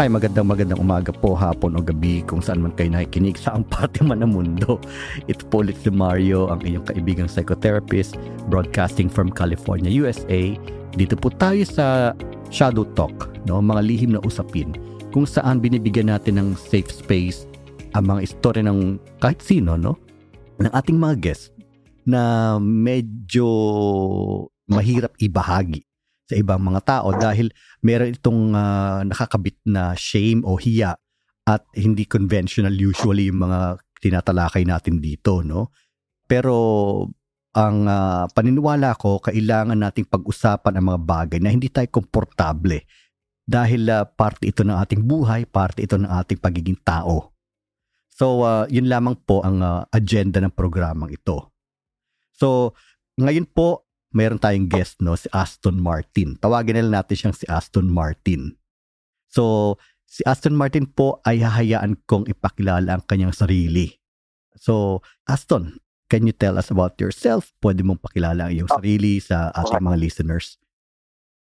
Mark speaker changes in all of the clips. Speaker 1: Ay magandang magandang umaga po, hapon o gabi kung saan man kayo nakikinig sa ang pati man ng mundo. Ito po ulit si Mario, ang inyong kaibigang psychotherapist, broadcasting from California, USA. Dito po tayo sa Shadow Talk, no? mga lihim na usapin, kung saan binibigyan natin ng safe space ang mga istorya ng kahit sino, no? ng ating mga guest na medyo mahirap ibahagi sa ibang mga tao dahil meron itong ah, nakakabit na shame o hiya at hindi conventional usually yung mga tinatalakay natin dito no pero ang ah, paniniwala ko kailangan nating pag-usapan ang mga bagay na hindi tayo komportable dahil ah, parte ito ng ating buhay parte ito ng ating pagiging tao So, ah, yun lamang po ang ah, agenda ng programang ito. So, ngayon po, mayroon tayong guest, no? Si Aston Martin. Tawagin na lang natin siyang si Aston Martin. So, si Aston Martin po ay hahayaan kong ipakilala ang kanyang sarili. So, Aston, can you tell us about yourself? Pwede mong pakilala ang iyong sarili sa ating mga listeners.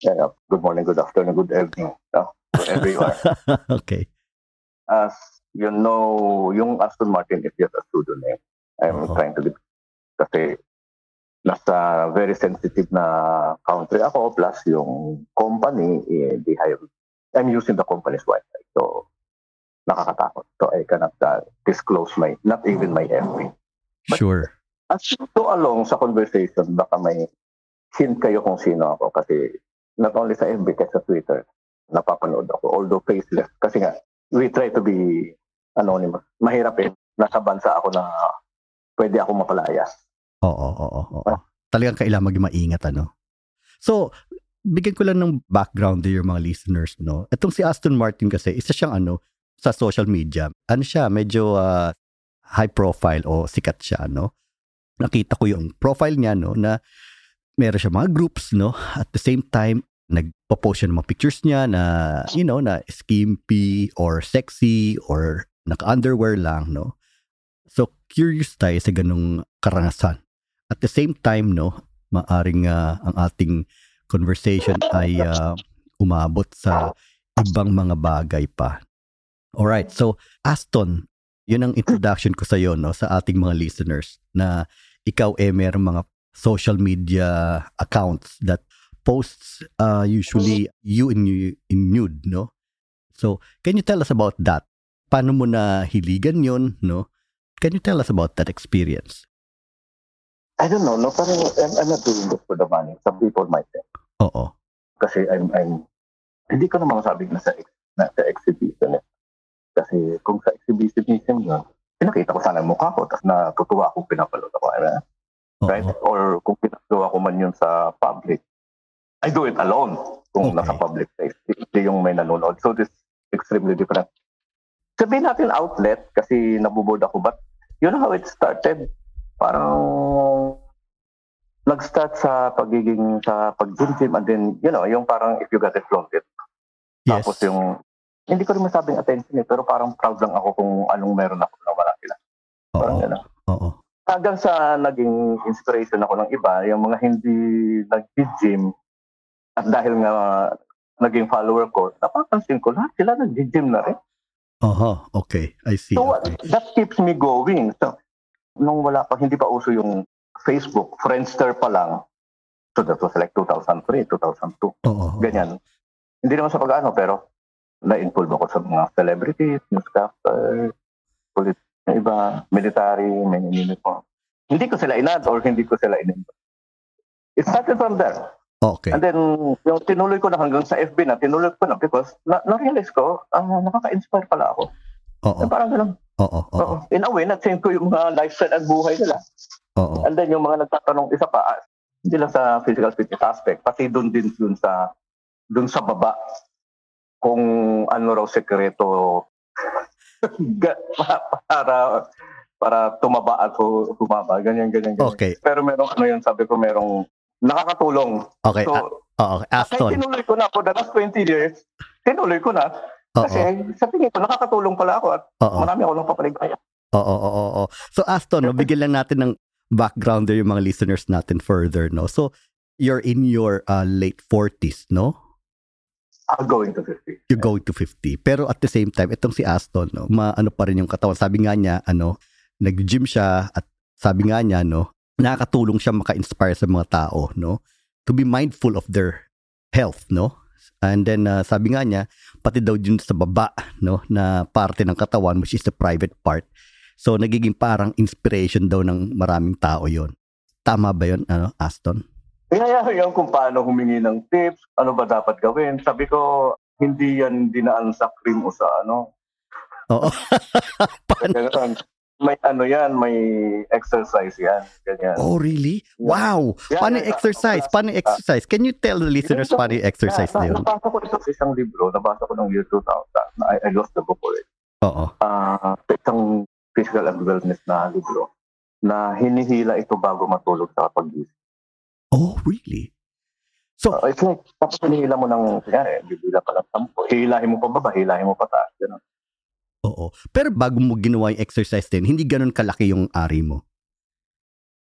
Speaker 2: Yeah, yeah. Good morning, good afternoon, good evening. No? Wherever you are.
Speaker 1: okay.
Speaker 2: As you know, yung Aston Martin is just a pseudonym. I'm
Speaker 1: Oo.
Speaker 2: trying to be kasi nasa very sensitive na country ako plus yung company eh, they have I'm using the company's website so nakakatakot so I cannot uh, disclose my not even my FB
Speaker 1: Sure.
Speaker 2: At to along sa conversation, baka may hint kayo kung sino ako kasi not only sa FB, kasi sa Twitter, napapanood ako. Although faceless, kasi nga, we try to be anonymous. Mahirap eh. Nasa bansa ako na pwede ako mapalaya.
Speaker 1: Oo, oo, oo. oo. Talagang kailangan maging maingat, ano? So, bigyan ko lang ng background din yung mga listeners, no? Itong si Aston Martin kasi, isa siyang ano, sa social media. Ano siya, medyo ah, high profile o sikat siya, no? Nakita ko yung profile niya, no? Na meron siya mga groups, no? At the same time, nagpo-post siya ng mga pictures niya na, you know, na skimpy or sexy or naka-underwear lang, no? So, curious tayo sa ganung karanasan at the same time no maaring ah, ang ating conversation ay ah, umabot sa ibang mga bagay pa Alright, so Aston yun ang introduction ko sa iyo no sa ating mga listeners na ikaw eh merong mga social media accounts that posts ah, usually you in, in nude no so can you tell us about that paano mo na hiligan yun no can you tell us about that experience
Speaker 2: I don't know, no? Parang I'm, I'm not doing this for the money. Some people might think.
Speaker 1: oo
Speaker 2: Kasi I'm, I'm hindi ko naman masabi na sa, ex- na sa exhibition. eh. Kasi kung sa exhibitionism yun, pinakita ko sana yung mukha ko, tapos natutuwa akong pinapalot ako. Ano?
Speaker 1: oo.
Speaker 2: right? Or kung pinagawa ko man yun sa public, I do it alone kung
Speaker 1: Okay.
Speaker 2: nasa public place. Hindi yung may nanonood. So this extremely different. Sabihin natin outlet kasi nabuboard ako but you know how it started? Parang nag-start sa pagiging sa pag-gym and then you know yung parang if you got it flaunted
Speaker 1: Yes.
Speaker 2: tapos yung hindi ko rin masabing attention eh pero parang proud lang ako kung anong meron ako na wala sila parang
Speaker 1: Oo.
Speaker 2: gano'n
Speaker 1: Oo.
Speaker 2: hanggang sa naging inspiration ako ng iba, yung mga hindi nag-gym, at dahil nga naging follower ko, napapansin ko lahat sila nag-gym na rin.
Speaker 1: Aha, okay. I see.
Speaker 2: So ano?
Speaker 1: okay.
Speaker 2: that keeps me going. So, nung wala pa, hindi pa uso yung Facebook, Friendster pa lang. So that was like 2003, 2002,
Speaker 1: Oo. oo.
Speaker 2: ganyan. Hindi naman sa pag-ano, pero na-involve ako sa mga celebrities, newscaster, polit yung iba, military, may uniform. Hindi ko sila inad or hindi ko sila in It started from there.
Speaker 1: Okay.
Speaker 2: And then, yung tinuloy ko na hanggang sa FB na, tinuloy ko na because na- na-realize ko, ah, nakaka-inspire pala ako.
Speaker 1: Oo.
Speaker 2: Na Parang ganun.
Speaker 1: Oo. Oo.
Speaker 2: Oo. In a way, na-change ko yung mga lifestyle at buhay nila.
Speaker 1: Oo.
Speaker 2: And then, yung mga nagtatanong, isa pa, ah, hindi lang sa physical fitness aspect, pati doon din dun sa, dun sa baba, kung ano raw sekreto ga- pa- para para tumaba at hu- humaba, ganyan, ganyan, ganyan.
Speaker 1: Okay.
Speaker 2: Pero merong ano yun, sabi ko merong nakakatulong.
Speaker 1: Okay.
Speaker 2: So,
Speaker 1: ah, oo, okay. Aston.
Speaker 2: kahit tinuloy ko na for the last 20 years, tinuloy ko na. Kasi
Speaker 1: Oo.
Speaker 2: sa tingin ko, nakakatulong pala ako at
Speaker 1: Oo.
Speaker 2: marami ako ng papaligaya.
Speaker 1: Oo, oo, oo, oo. So Aston, mabigyan lang natin ng background there yung mga listeners natin further, no? So, you're in your uh, late 40s, no?
Speaker 2: I'm going to 50.
Speaker 1: you go to 50. Pero at the same time, itong si Aston, no, maano pa rin yung katawan. Sabi nga niya, ano, nag-gym siya at sabi nga niya, no, nakakatulong siya maka-inspire sa mga tao, no, to be mindful of their health, no? And then, uh, sabi nga niya, pati daw dun sa baba, no, na parte ng katawan, which is the private part. So, nagiging parang inspiration daw ng maraming tao yon Tama ba yon ano, Aston?
Speaker 2: Kaya yan kung paano humingi ng tips, ano ba dapat gawin. Sabi ko, hindi yan dinaan sa cream o sa ano.
Speaker 1: Oo. Paano?
Speaker 2: Ganyan. May ano yan, may exercise yan. Ganyan.
Speaker 1: Oh, really? Wow!
Speaker 2: Yeah,
Speaker 1: Paano yung
Speaker 2: yeah, yeah.
Speaker 1: exercise? Paano yung exercise? Can you tell the listeners
Speaker 2: Ganito.
Speaker 1: paano yung exercise na
Speaker 2: Yeah,
Speaker 1: yun?
Speaker 2: na- Nabasa ko ito sa isang libro, nabasa ko ng year 2000. I, I lost the book already.
Speaker 1: Oo.
Speaker 2: Ah, sa isang physical and wellness na libro na hinihila ito bago matulog sa pag-isip.
Speaker 1: Oh, really? So,
Speaker 2: Uh, it's like, tapos hinihila mo ng, kanyari, bibila pa lang sampo. Hilahin mo pa baba, hilahin mo pa taas. Ganun.
Speaker 1: oo. Pero bago mo ginawa yung exercise din, hindi ganun kalaki yung ari mo.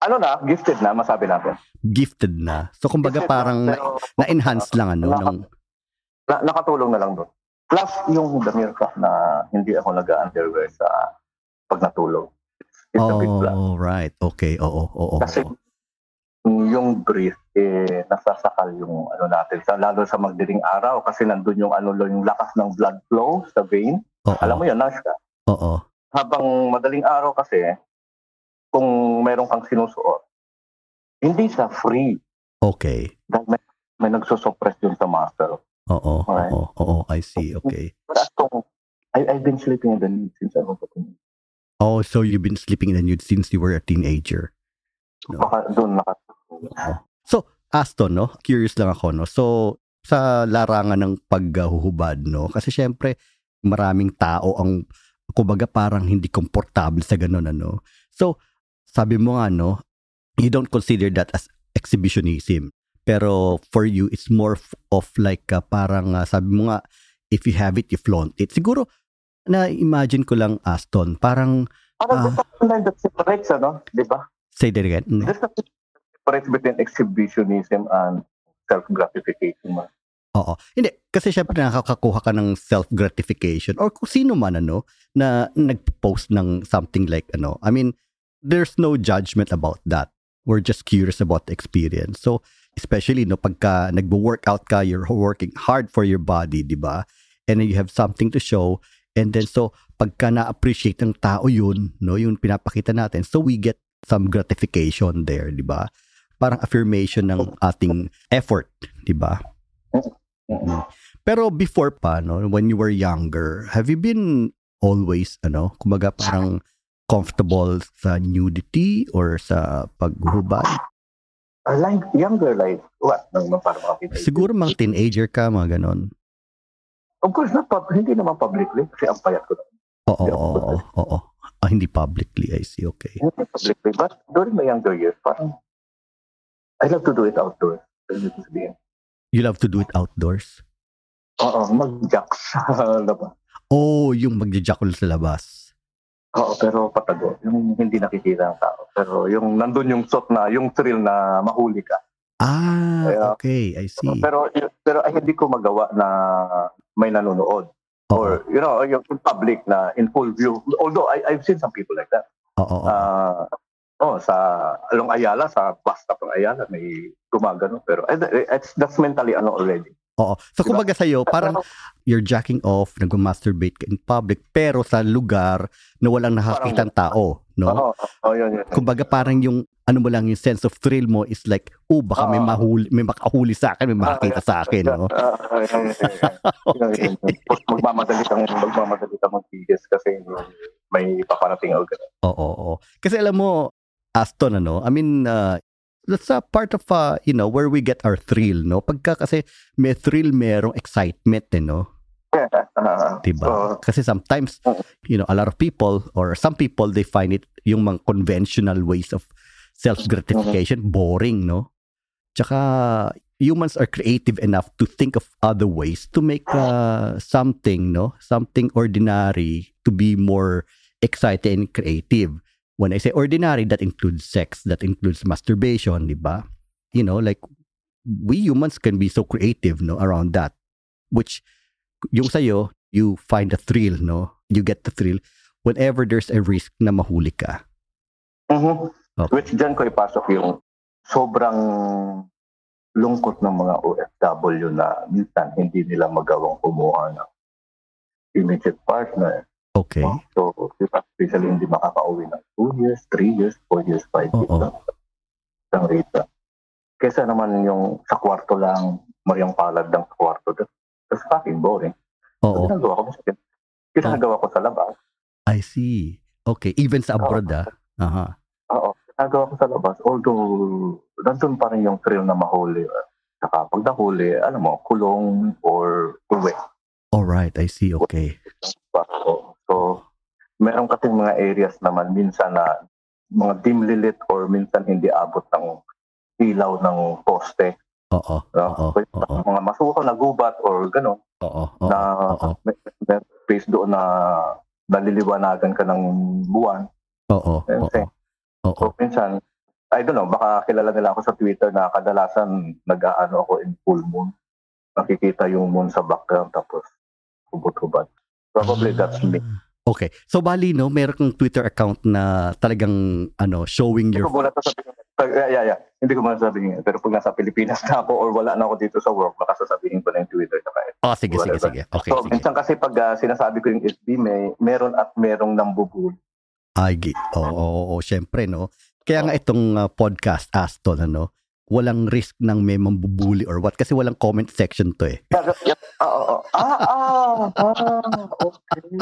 Speaker 2: Ano na, gifted na, masabi natin.
Speaker 1: Gifted na. So, kumbaga
Speaker 2: Gifted na,
Speaker 1: parang na-
Speaker 2: pero
Speaker 1: na-enhance lang, ano?
Speaker 2: Wala.
Speaker 1: Ng,
Speaker 2: na- nakatulong na lang doon. Plus, yung the mere fact na hindi ako nag-underwear sa pag natulog. It's a big plus.
Speaker 1: oh, right. Okay, oo, oo, oo.
Speaker 2: Kasi yung brief, eh, nasasakal yung ano natin. Sa, lalo sa magdiring araw kasi nandun yung, ano, yung lakas ng blood flow sa vein.
Speaker 1: Oo,
Speaker 2: Alam mo yun, Nash, ka.
Speaker 1: oo.
Speaker 2: Habang madaling araw kasi, kung meron kang sinusuot, hindi siya free.
Speaker 1: Okay.
Speaker 2: Dahil may, may nagsusuppress yun sa muscle.
Speaker 1: Oo,
Speaker 2: Alright.
Speaker 1: oo, oo. I see. Okay.
Speaker 2: But as kung, I, I've been sleeping in the night since I was a teenager.
Speaker 1: Oh, so you've been sleeping in the nude since you were a teenager. No.
Speaker 2: Baka doon naka
Speaker 1: Ah. So, Aston, no? Curious lang ako, no? So, sa larangan ng paghuhubad, no? Kasi syempre, maraming tao ang, kumbaga parang hindi komportable sa ganun, ano? So, sabi mo nga, no? You don't consider that as exhibitionism. Pero for you, it's more f- of like, ah, parang ah, sabi mo nga, if you have it, you flaunt it. Siguro, na-imagine ko lang, Aston, parang,
Speaker 2: Parang
Speaker 1: Ah.
Speaker 2: there's something like that separates, ano? Di ba?
Speaker 1: say that again. Mm.
Speaker 2: There's something that separates between exhibitionism and self-gratification. man.
Speaker 1: Oo. Hindi, kasi syempre nakakakuha ka ng self-gratification or kung sino man ano, na nag-post ng something like ano. I mean, there's no judgment about that. We're just curious about the experience. So, especially no pagka nagwo-workout ka, you're working hard for your body, 'di ba? And then you have something to show and then so pagka na-appreciate ng tao 'yun, no, yung pinapakita natin. So we get some gratification there, 'di ba? Parang affirmation ng ating effort, 'di ba?
Speaker 2: Mm.
Speaker 1: Pero before pa, no, when you were younger, have you been always, ano, kumbaga parang comfortable sa nudity or sa paghubad?
Speaker 2: Ah, Like, younger like, what? Nang nang parang mga teenager.
Speaker 1: Siguro mga teenager ka, mga ganon.
Speaker 2: Of course, not pub- hindi naman publicly. Kasi ang payat ko na.
Speaker 1: Oo, oo, oo, oo. Ah, hindi publicly, I see, okay.
Speaker 2: Hindi publicly. But during my younger years, parang, I love to do it outdoors. Ibig sabihin,
Speaker 1: You love to do it outdoors?
Speaker 2: Oo, mag-jacks. Ano ba?
Speaker 1: Oh, yung magjajakol sa labas.
Speaker 2: Oo, pero patago. Yung hindi nakikita ng tao. Pero yung nandun yung shot na, yung thrill na mahuli ka. Kaya-
Speaker 1: Ah, okay, I see.
Speaker 2: Pero pero ay, hindi ko magawa na may nanonood
Speaker 1: Oo,
Speaker 2: or you know yung in public na in full view. Although I I've seen some people like that.
Speaker 1: oo, oo.
Speaker 2: Ah, oh, sa Along Ayala, sa bus stop ng Ayala may gumagano pero eh, it's that's mentally ano already.
Speaker 1: Oo. So
Speaker 2: Diba?
Speaker 1: kumbaga sa'yo, parang you're jacking off, nag-masturbate ka in public, pero sa lugar na walang nakakita ng tao, no?
Speaker 2: Oo, oh, yun, yun.
Speaker 1: kumbaga parang yung ano mo lang yung sense of thrill mo is like oh baka may
Speaker 2: Oo.
Speaker 1: mahuli may makahuli sa akin may makakita sa akin no
Speaker 2: Ah, ah, yun, yun, yun, yun. Yun,
Speaker 1: okay
Speaker 2: yun, yun. Magmamadali kang magmamadali kang magtigis kasi may paparating agad.
Speaker 1: oo oo kasi alam mo Aston ano I mean uh, that's a part of uh, you know where we get our thrill no pagka kasi may thrill merong excitement eh, no
Speaker 2: Ah,
Speaker 1: diba
Speaker 2: so,
Speaker 1: kasi sometimes
Speaker 2: Oo.
Speaker 1: you know a lot of people or some people they find it yung mga conventional ways of self gratification boring no Tsaka humans are creative enough to think of other ways to make uh, something, no? Something ordinary to be more exciting and creative. When I say ordinary, that includes sex, that includes masturbation, di ba? You know, like we humans can be so creative, no, around that. which yung sa'yo, you find the thrill, no? You get the thrill whenever there's a risk na mahuli ka.
Speaker 2: Mhm.
Speaker 1: Okay.
Speaker 2: Which dyan ko ipasok yung sobrang lungkot ng mga OFW na minsan hindi nila magawang kumuha ng immediate partner.
Speaker 1: Okay.
Speaker 2: So, especially hindi makakauwi ng 2 years, 3 years, 4 years, 5 years.
Speaker 1: Oo.
Speaker 2: lang. Isang rita. Kesa naman yung sa kwarto lang, mariang palad lang sa kwarto. That's fucking boring.
Speaker 1: Oo.
Speaker 2: So, ginagawa ko sa Ginagawa ko sa labas.
Speaker 1: I see. Okay. Even sa abroad, ah.
Speaker 2: Oo.
Speaker 1: Aha.
Speaker 2: Oo. Ginagawa ko sa labas. Although, nandun pa rin yung thrill na mahuli. Saka pag nahuli, alam mo, kulong or uwi.
Speaker 1: All right. I see. Okay.
Speaker 2: Basko. So, meron kasing mga areas naman minsan na mga dimly lit or minsan hindi abot ng ilaw ng poste.
Speaker 1: Oo. Oo.
Speaker 2: No? So,
Speaker 1: Oo.
Speaker 2: mga masuko na gubat or gano'n
Speaker 1: Oo.
Speaker 2: na
Speaker 1: Oo. Oo.
Speaker 2: may, may space doon na naliliwanagan ka ng buwan.
Speaker 1: Oo. Oo. Oo.
Speaker 2: So, minsan, I don't know, baka kilala nila ako sa Twitter na kadalasan nag-aano ako in full moon. Nakikita yung moon sa background tapos hubot-hubad. Probably
Speaker 1: Ah.
Speaker 2: that's me.
Speaker 1: Okay. So bali no, meron kang Twitter account na talagang ano, showing
Speaker 2: Hindi
Speaker 1: your
Speaker 2: ko muna sasabihin. Yeah, yeah, yeah. Hindi ko muna sasabihin. Pero pag nasa Pilipinas na ako or wala na ako dito sa work, baka sasabihin ko na yung Twitter na kayo.
Speaker 1: Oh, sige, sige,
Speaker 2: Whatever.
Speaker 1: sige. Okay,
Speaker 2: so,
Speaker 1: sige.
Speaker 2: minsan kasi pag ah, sinasabi ko yung FB, may meron at merong nambubuli.
Speaker 1: Ay, gi- oo, oo, oo, syempre no. Kaya nga itong uh, podcast Aston ano, walang risk ng may mambubuli or what kasi walang comment section to eh.
Speaker 2: Pero- Oo, oo. Ah, ah, ah, okay.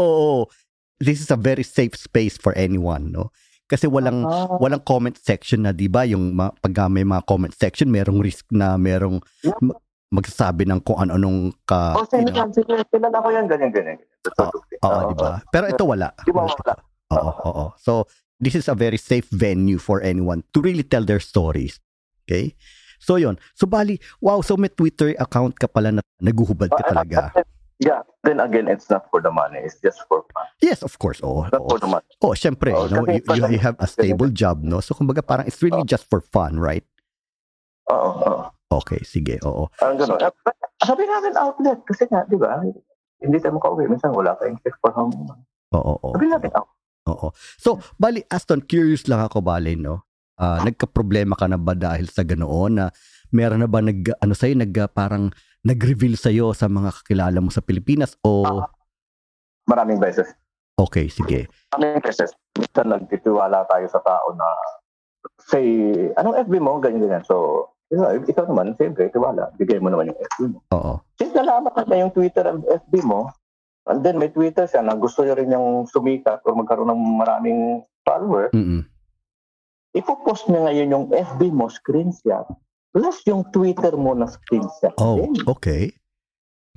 Speaker 1: Oo. This is a very safe space for anyone, no? Kasi walang
Speaker 2: Ah.
Speaker 1: walang comment section na 'di ba yung ma- pag may mga comment section merong risk na merong
Speaker 2: Yeah.
Speaker 1: ma- magsasabi ng kung ano-anong ka
Speaker 2: Oh,
Speaker 1: you
Speaker 2: sino
Speaker 1: know. Oh, diba?
Speaker 2: yan? Sino yan? Kilala ko yan, ganyan, ganyan. That's
Speaker 1: Oo,
Speaker 2: okay.
Speaker 1: Oo, di ba? Pero ito wala.
Speaker 2: Di ba wala?
Speaker 1: Oo, oo. So, this is a very safe venue for anyone to really tell their stories. Okay? So, yon So, bali, wow, so may Twitter account ka pala na naguhubad ka
Speaker 2: Ah,
Speaker 1: talaga.
Speaker 2: ah, ah, Yeah, then again, it's not for the money. It's just for fun.
Speaker 1: Yes, of course. Oo,
Speaker 2: Not
Speaker 1: oo.
Speaker 2: for the money.
Speaker 1: Oh, syempre,
Speaker 2: Oo,
Speaker 1: you, know,
Speaker 2: kasi Oh.
Speaker 1: you, you, you have a stable job, no? So, kumbaga parang it's really just for fun, right?
Speaker 2: Oo, oo.
Speaker 1: Okay, sige, oo.
Speaker 2: Parang gano'n. Ah, but Sabi namin outlet kasi nga, di ba? Hindi tayo makauwi. Minsan wala tayong sex for home.
Speaker 1: Oo, oo.
Speaker 2: Sabi oh, natin outlet.
Speaker 1: Oo. So, bali, Aston, curious lang ako, bali, no? Ah, nagka-problema ka na ba dahil sa ganoon na meron na ba nag, ano sa'yo, nag, ah, parang nag-reveal sa'yo sa mga kakilala mo sa Pilipinas o,
Speaker 2: Ah. Maraming beses.
Speaker 1: okay, sige.
Speaker 2: Maraming beses. Minsan nagtitiwala tayo sa tao na say, anong FB mo? Ganyan, ganyan. So, you know, ikaw naman, siyempre, tiwala. Bigay mo naman yung FB mo.
Speaker 1: Oo.
Speaker 2: Since nalaman ka na yung Twitter and FB mo, and then may Twitter siya na gusto niya rin yung sumikat or magkaroon ng maraming follower,
Speaker 1: Mm-mm.
Speaker 2: ipopost niya ngayon yung FB mo screenshot plus yung Twitter mo na screenshot.
Speaker 1: Oh,
Speaker 2: din.
Speaker 1: okay.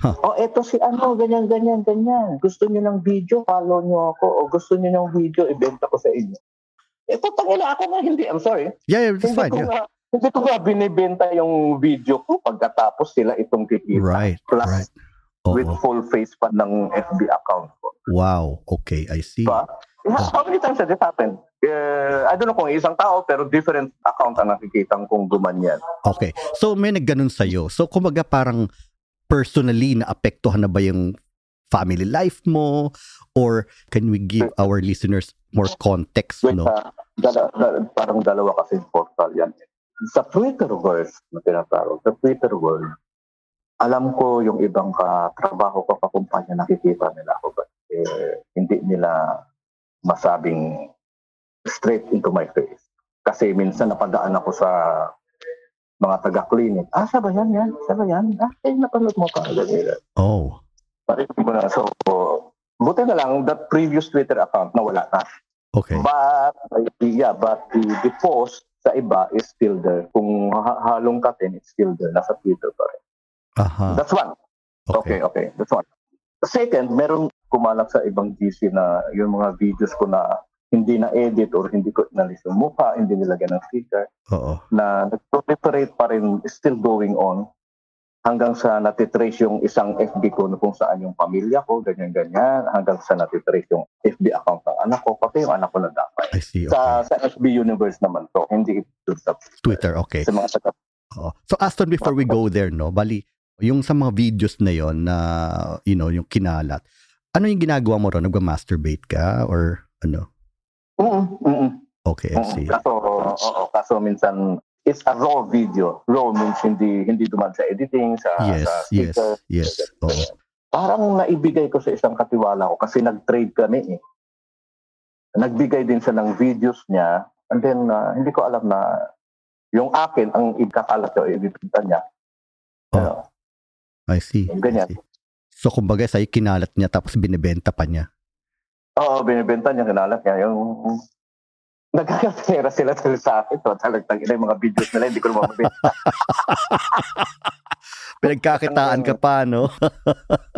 Speaker 2: O, eto si ano, ganyan, ganyan, ganyan. Gusto niyo ng video, follow niyo ako. O gusto niyo ng video, ibenta ko sa inyo. Eh, putangina ako nga, hindi. I'm sorry.
Speaker 1: Yeah, yeah, that's
Speaker 2: hindi,
Speaker 1: fine.
Speaker 2: ko
Speaker 1: Yeah.
Speaker 2: nga, hindi ko nga binibenta yung video ko pagkatapos sila itong kikita.
Speaker 1: Right,
Speaker 2: Plus,
Speaker 1: right.
Speaker 2: with
Speaker 1: Oo.
Speaker 2: full face pa ng FB account ko.
Speaker 1: Wow. Okay, I see.
Speaker 2: Diba? Yeah, How many times has this happened? Eh, I don't know kung isang tao, pero different account ang nakikita kong gumanyan.
Speaker 1: Okay. So, may nagganon sa'yo. So, kumbaga parang personally, naapektuhan na ba yung family life mo? Or can we give our listeners more context,
Speaker 2: Wait,
Speaker 1: no?
Speaker 2: ah, dala- dala- parang dalawa kasi portal yan. Sa Twitterverse na tinatawag, sa Twitter world, alam ko yung ibang katrabaho ko, kakumpanya, nakikita nila ako. But eh, hindi nila masabing straight into my face. Kasi minsan napadaan ako sa mga taga-clinic. Ah, siya ba yan? Yan? Siya ba yan? Ah, eh, napanood mo ka. Ganyan.
Speaker 1: Oh.
Speaker 2: Parang ko na. So, buti na lang, that previous Twitter account na wala na.
Speaker 1: Okay.
Speaker 2: But, yeah, but the, the post sa iba is still there. Kung ha- halong katin, it's still there. Nasa Twitter pa rin.
Speaker 1: Aha.
Speaker 2: That's one.
Speaker 1: Ah, Okay.
Speaker 2: Okay, okay. That's one. Second, meron kumalat sa ibang GC na yung mga videos ko na hindi na-edit or hindi ko inalis yung mukha, hindi nilagyan ng sticker,
Speaker 1: Oo.
Speaker 2: na nag-proliferate pa rin, is still going on hanggang sa natitrace yung isang FB ko na kung saan yung pamilya ko, ganyan-ganyan, hanggang sa natitrace yung FB account ng anak ko, pati yung anak ko na dapat
Speaker 1: I see. Okay.
Speaker 2: sa sa FB universe naman to, hindi ito sa,
Speaker 1: Twitter. Okay.
Speaker 2: sa mga taga.
Speaker 1: Oo. So, Aston, before we go there, no? Bali, Yung sa mga videos na yon na, you know, yung kinalat, ano yung ginagawa mo ron? Nagma-masturbate ka or ano?
Speaker 2: Oo, oo.
Speaker 1: Okay, I
Speaker 2: oo.
Speaker 1: see.
Speaker 2: mm, Kaso, oo, kaso minsan, it's a raw video. Raw means hindi, hindi duman sa editing, sa,
Speaker 1: Yes,
Speaker 2: sa
Speaker 1: yes,
Speaker 2: speaker.
Speaker 1: yes. Oo.
Speaker 2: Parang naibigay ko sa isang katiwala ko kasi nag-trade kami eh. Nagbigay din siya ng videos niya and then uh, hindi ko alam na yung akin ang ikakalat ko, ibibigta niya.
Speaker 1: Oh.
Speaker 2: Ano,
Speaker 1: I see.
Speaker 2: Yung
Speaker 1: I
Speaker 2: ganyan.
Speaker 1: see. So, kumbaga, sa'yo kinalat niya tapos binibenta pa niya.
Speaker 2: Oo, binibenta niya, kinalat niya. Yung, nagkakapera sila talaga sa akin. So, talagang ina yung mga videos nila, hindi ko naman mabenta.
Speaker 1: Pinagkakitaan ka pa, no?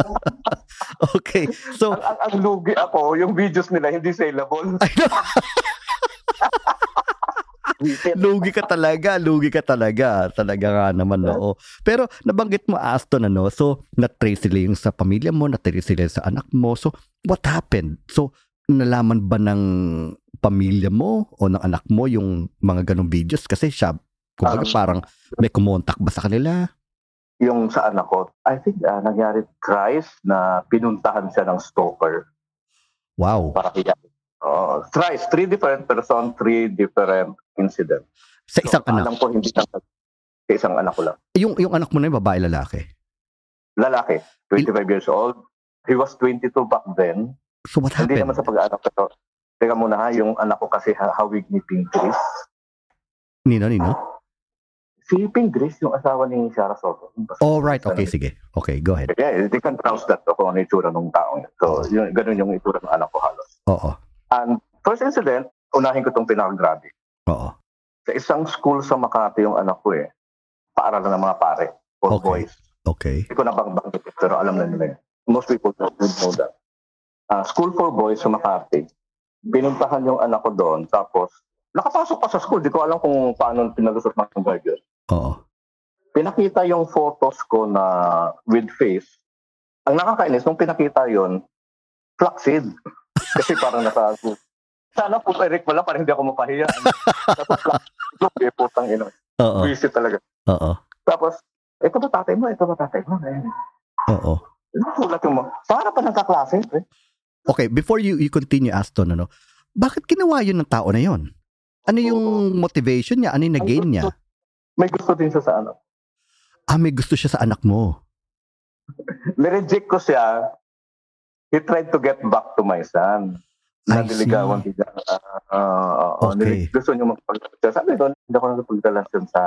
Speaker 1: okay. So,
Speaker 2: ang, ang, ang lugi ako, yung videos nila, hindi saleable.
Speaker 1: I know.
Speaker 2: Wicked.
Speaker 1: Lugi ka talaga, lugi ka talaga. Talaga nga naman, no? Pero nabanggit mo Aston, ano? So, na-trace sila yung sa pamilya mo, na-trace sila sa anak mo. So, what happened? So, nalaman ba ng pamilya mo o ng anak mo yung mga ganong videos? Kasi siya, kumbaga
Speaker 2: Um,
Speaker 1: parang may kumontak ba sa kanila?
Speaker 2: yung sa anak ko, I think ah, nangyari thrice na pinuntahan siya ng stalker
Speaker 1: Wow.
Speaker 2: para kaya. Oh, thrice, three different person, three different incident.
Speaker 1: Sa isang
Speaker 2: So,
Speaker 1: anak.
Speaker 2: Alam ko hindi lang sa isang anak ko lang.
Speaker 1: Yung, yung anak mo na yung babae lalaki.
Speaker 2: Lalaki, 25 years old. He was 22 back then.
Speaker 1: So, what
Speaker 2: Hindi
Speaker 1: happened?
Speaker 2: naman sa pag-anak ko. Teka muna ha, yung anak ko kasi ha- hawig ni Pink Grace.
Speaker 1: Nino, Nino?
Speaker 2: Ah. Si Pink Grace, yung asawa ni Sarah Soto.
Speaker 1: All Oh, right. Okay, sige. Okay, go ahead.
Speaker 2: Yeah, they can pronounce that ako ang itsura ng taong yun. So, yun, ganun yung itsura ng anak ko halos.
Speaker 1: Oo.
Speaker 2: And first incident, unahin ko itong pinakagrabe.
Speaker 1: Oo.
Speaker 2: Sa isang school sa Makati yung anak ko eh, paaralan ng mga pare for
Speaker 1: Okay.
Speaker 2: boys.
Speaker 1: Okay.
Speaker 2: Hindi ko nabanggit pero alam na nila yun. Most people don't don't know that. Ah, school for boys sa Makati. Pinuntahan yung anak ko doon tapos nakapasok pa sa school. Di ko alam kung paano pinalusot ng guard yun.
Speaker 1: Oo.
Speaker 2: Pinakita yung photos ko na with face. Ang nakakainis, nung pinakita yon flaccid. Kasi parang nasa Sana po, Eric, wala para hindi ako mapahiya. Tapos flaccid. Eh, putang ina.
Speaker 1: Oo.
Speaker 2: Visit talaga.
Speaker 1: Oo.
Speaker 2: Tapos, ito ba tatay mo? Ito ba tatay mo? Eh,
Speaker 1: Oo.
Speaker 2: Nakulat yung mga, para pa ng kaklase. pre.
Speaker 1: Okay, before you, you continue, Aston, ano, bakit ginawa yun ng tao na yun? Ano yung motivation niya? Ano yung na-gain niya?
Speaker 2: May gusto din siya sa ano.
Speaker 1: Ah, may gusto siya sa anak mo.
Speaker 2: Nireject ko siya. He tried to get back to my son.
Speaker 1: I
Speaker 2: Nadiligawan
Speaker 1: see.
Speaker 2: siya. Ah, oo, oo.
Speaker 1: Okay.
Speaker 2: Nire- Gusto niya magpagdala. Sabi ko, hindi ako nagpagdalasyon sa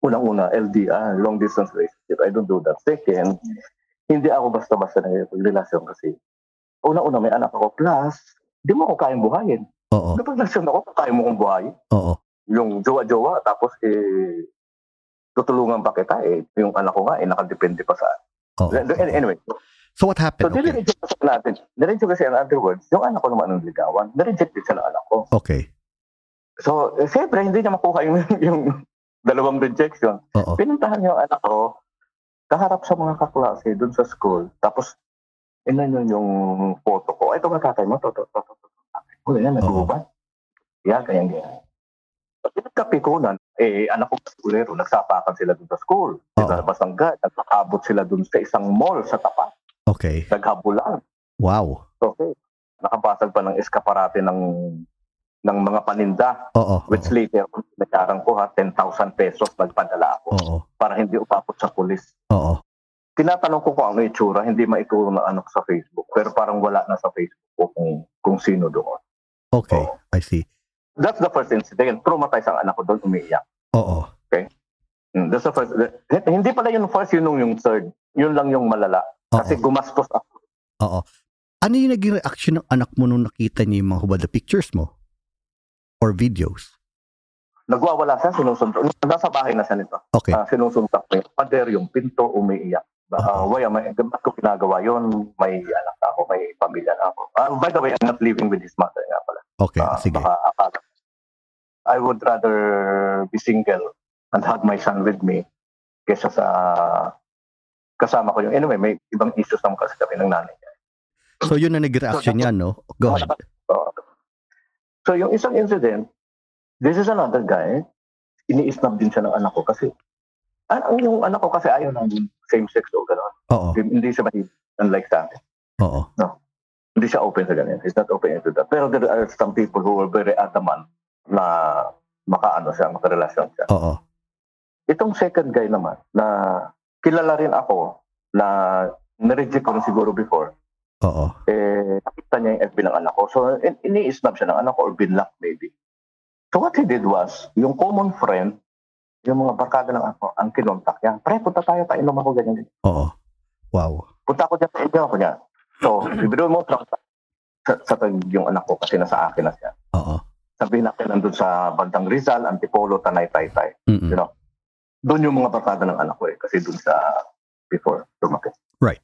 Speaker 2: unang-una, LDR, long distance relationship. I don't do that. Second, hindi ako basta-basta nagpagrelasyon kasi unang-una may anak ako. Plus, di mo ako kayang buhayin.
Speaker 1: Oo,
Speaker 2: Kapag-relasyon ako, kaya mo kong buhayin.
Speaker 1: oo,
Speaker 2: yung jowa-jowa tapos eh tutulungan pa kita eh yung anak ko nga eh nakadepende pa sa
Speaker 1: oo.
Speaker 2: anyway
Speaker 1: So what
Speaker 2: so
Speaker 1: happened? Okay.
Speaker 2: dinireject kasi natin dinireject kasi in other words yung anak ko naman ang ligawan direject din siya ng anak ko
Speaker 1: Okay.
Speaker 2: so eh, syempre hindi niya makuha yung, yung dalawang rejection
Speaker 1: Oo.
Speaker 2: pinuntahan niya yung anak ko kaharap sa mga kaklase dun sa school tapos ina yun yung photo ko ito ba tatay mo to to to to to Uy, yan, nag-uubad. Yan, kaya ganyan. Pag pinagkapikunan, eh, anak ko kulero, nagsapakan sila dun sa school.
Speaker 1: Oo.
Speaker 2: Sa Basangga, nagpakabot sila dun sa isang mall sa tapat.
Speaker 1: Okay.
Speaker 2: Naghabulan.
Speaker 1: Wow.
Speaker 2: Okay. Nakabasag pa ng eskaparate ng ng mga paninda,
Speaker 1: Oo.
Speaker 2: which later, nagkarang ko ha, 10,000 pesos nagpadala ako
Speaker 1: Oo.
Speaker 2: para hindi upapot sa pulis.
Speaker 1: Oo.
Speaker 2: tinatanong ko kung ano yung itsura, hindi maituro na anak sa Facebook. Pero parang wala na sa Facebook ko kung, kung sino doon.
Speaker 1: Okay.
Speaker 2: Oh.
Speaker 1: I see.
Speaker 2: That's the first incident. Traumatized ang anak ko doon, umiiyak.
Speaker 1: Oo.
Speaker 2: Mm, That's the first. h- Hindi pala yung first, yun yung, yung third. Yun lang yung malala.
Speaker 1: Oo.
Speaker 2: Kasi gumastos ako.
Speaker 1: Ano yung naging reaction ng anak mo nung nakita niya yung mga hubad na pictures mo? Or videos?
Speaker 2: Nagwawala siya, sinusuntok. Nasa bahay na siya nito.
Speaker 1: Okay.
Speaker 2: Ah, sinusuntok ko yung pader, yung pinto, umiiyak. Uh,
Speaker 1: Oo.
Speaker 2: why am I, ba't ko ginagawa yun? May anak na ako, may pamilya na ako. Ah, by the way, I'm not living with his mother nga pala.
Speaker 1: Okay.
Speaker 2: Ah,
Speaker 1: Sige.
Speaker 2: baka akala. I would rather be single and have my son with me kesa sa kasama ko yung anyway may ibang issues naman kasi kami ng nanay niya.
Speaker 1: So yun na naging reaction niya, no? Go ahead.
Speaker 2: So, so yung isang incident this is another guy iniisnab din siya ng anak ko kasi Ano, yung anak ko kasi ayaw ng same-sex o gano'n.
Speaker 1: Oo.
Speaker 2: Hindi siya mahilig. Unlike sa akin.
Speaker 1: Oo.
Speaker 2: Hindi siya open sa ganyan. He's not open into that. Pero there are some people who are very adamant na makaano siya, makarelasyon siya.
Speaker 1: Oo.
Speaker 2: Itong second guy naman, na kilala rin ako, na nireject ko rin siguro before,
Speaker 1: Oo.
Speaker 2: eh, nakita niya yung FB ng anak ko. So, in- ini-snap siya ng anak ko or binlock maybe. So, what he did was, yung common friend, yung mga barkada ng ako, ang kinontak niya. Pre, punta tayo, painom ako, ganyan. ganyan."
Speaker 1: Oo. Wow.
Speaker 2: Punta ako dyan, painom ako niya. So, ibigay mo, truck sa, sa tag yung anak ko kasi nasa akin na siya.
Speaker 1: Oo.
Speaker 2: Sabihin natin nandun sa bandang Rizal, Antipolo, Tanay, Taytay.
Speaker 1: Mm-mm.
Speaker 2: doon yung mga barkada ng anak ko eh, kasi doon sa before lumaki.
Speaker 1: Right.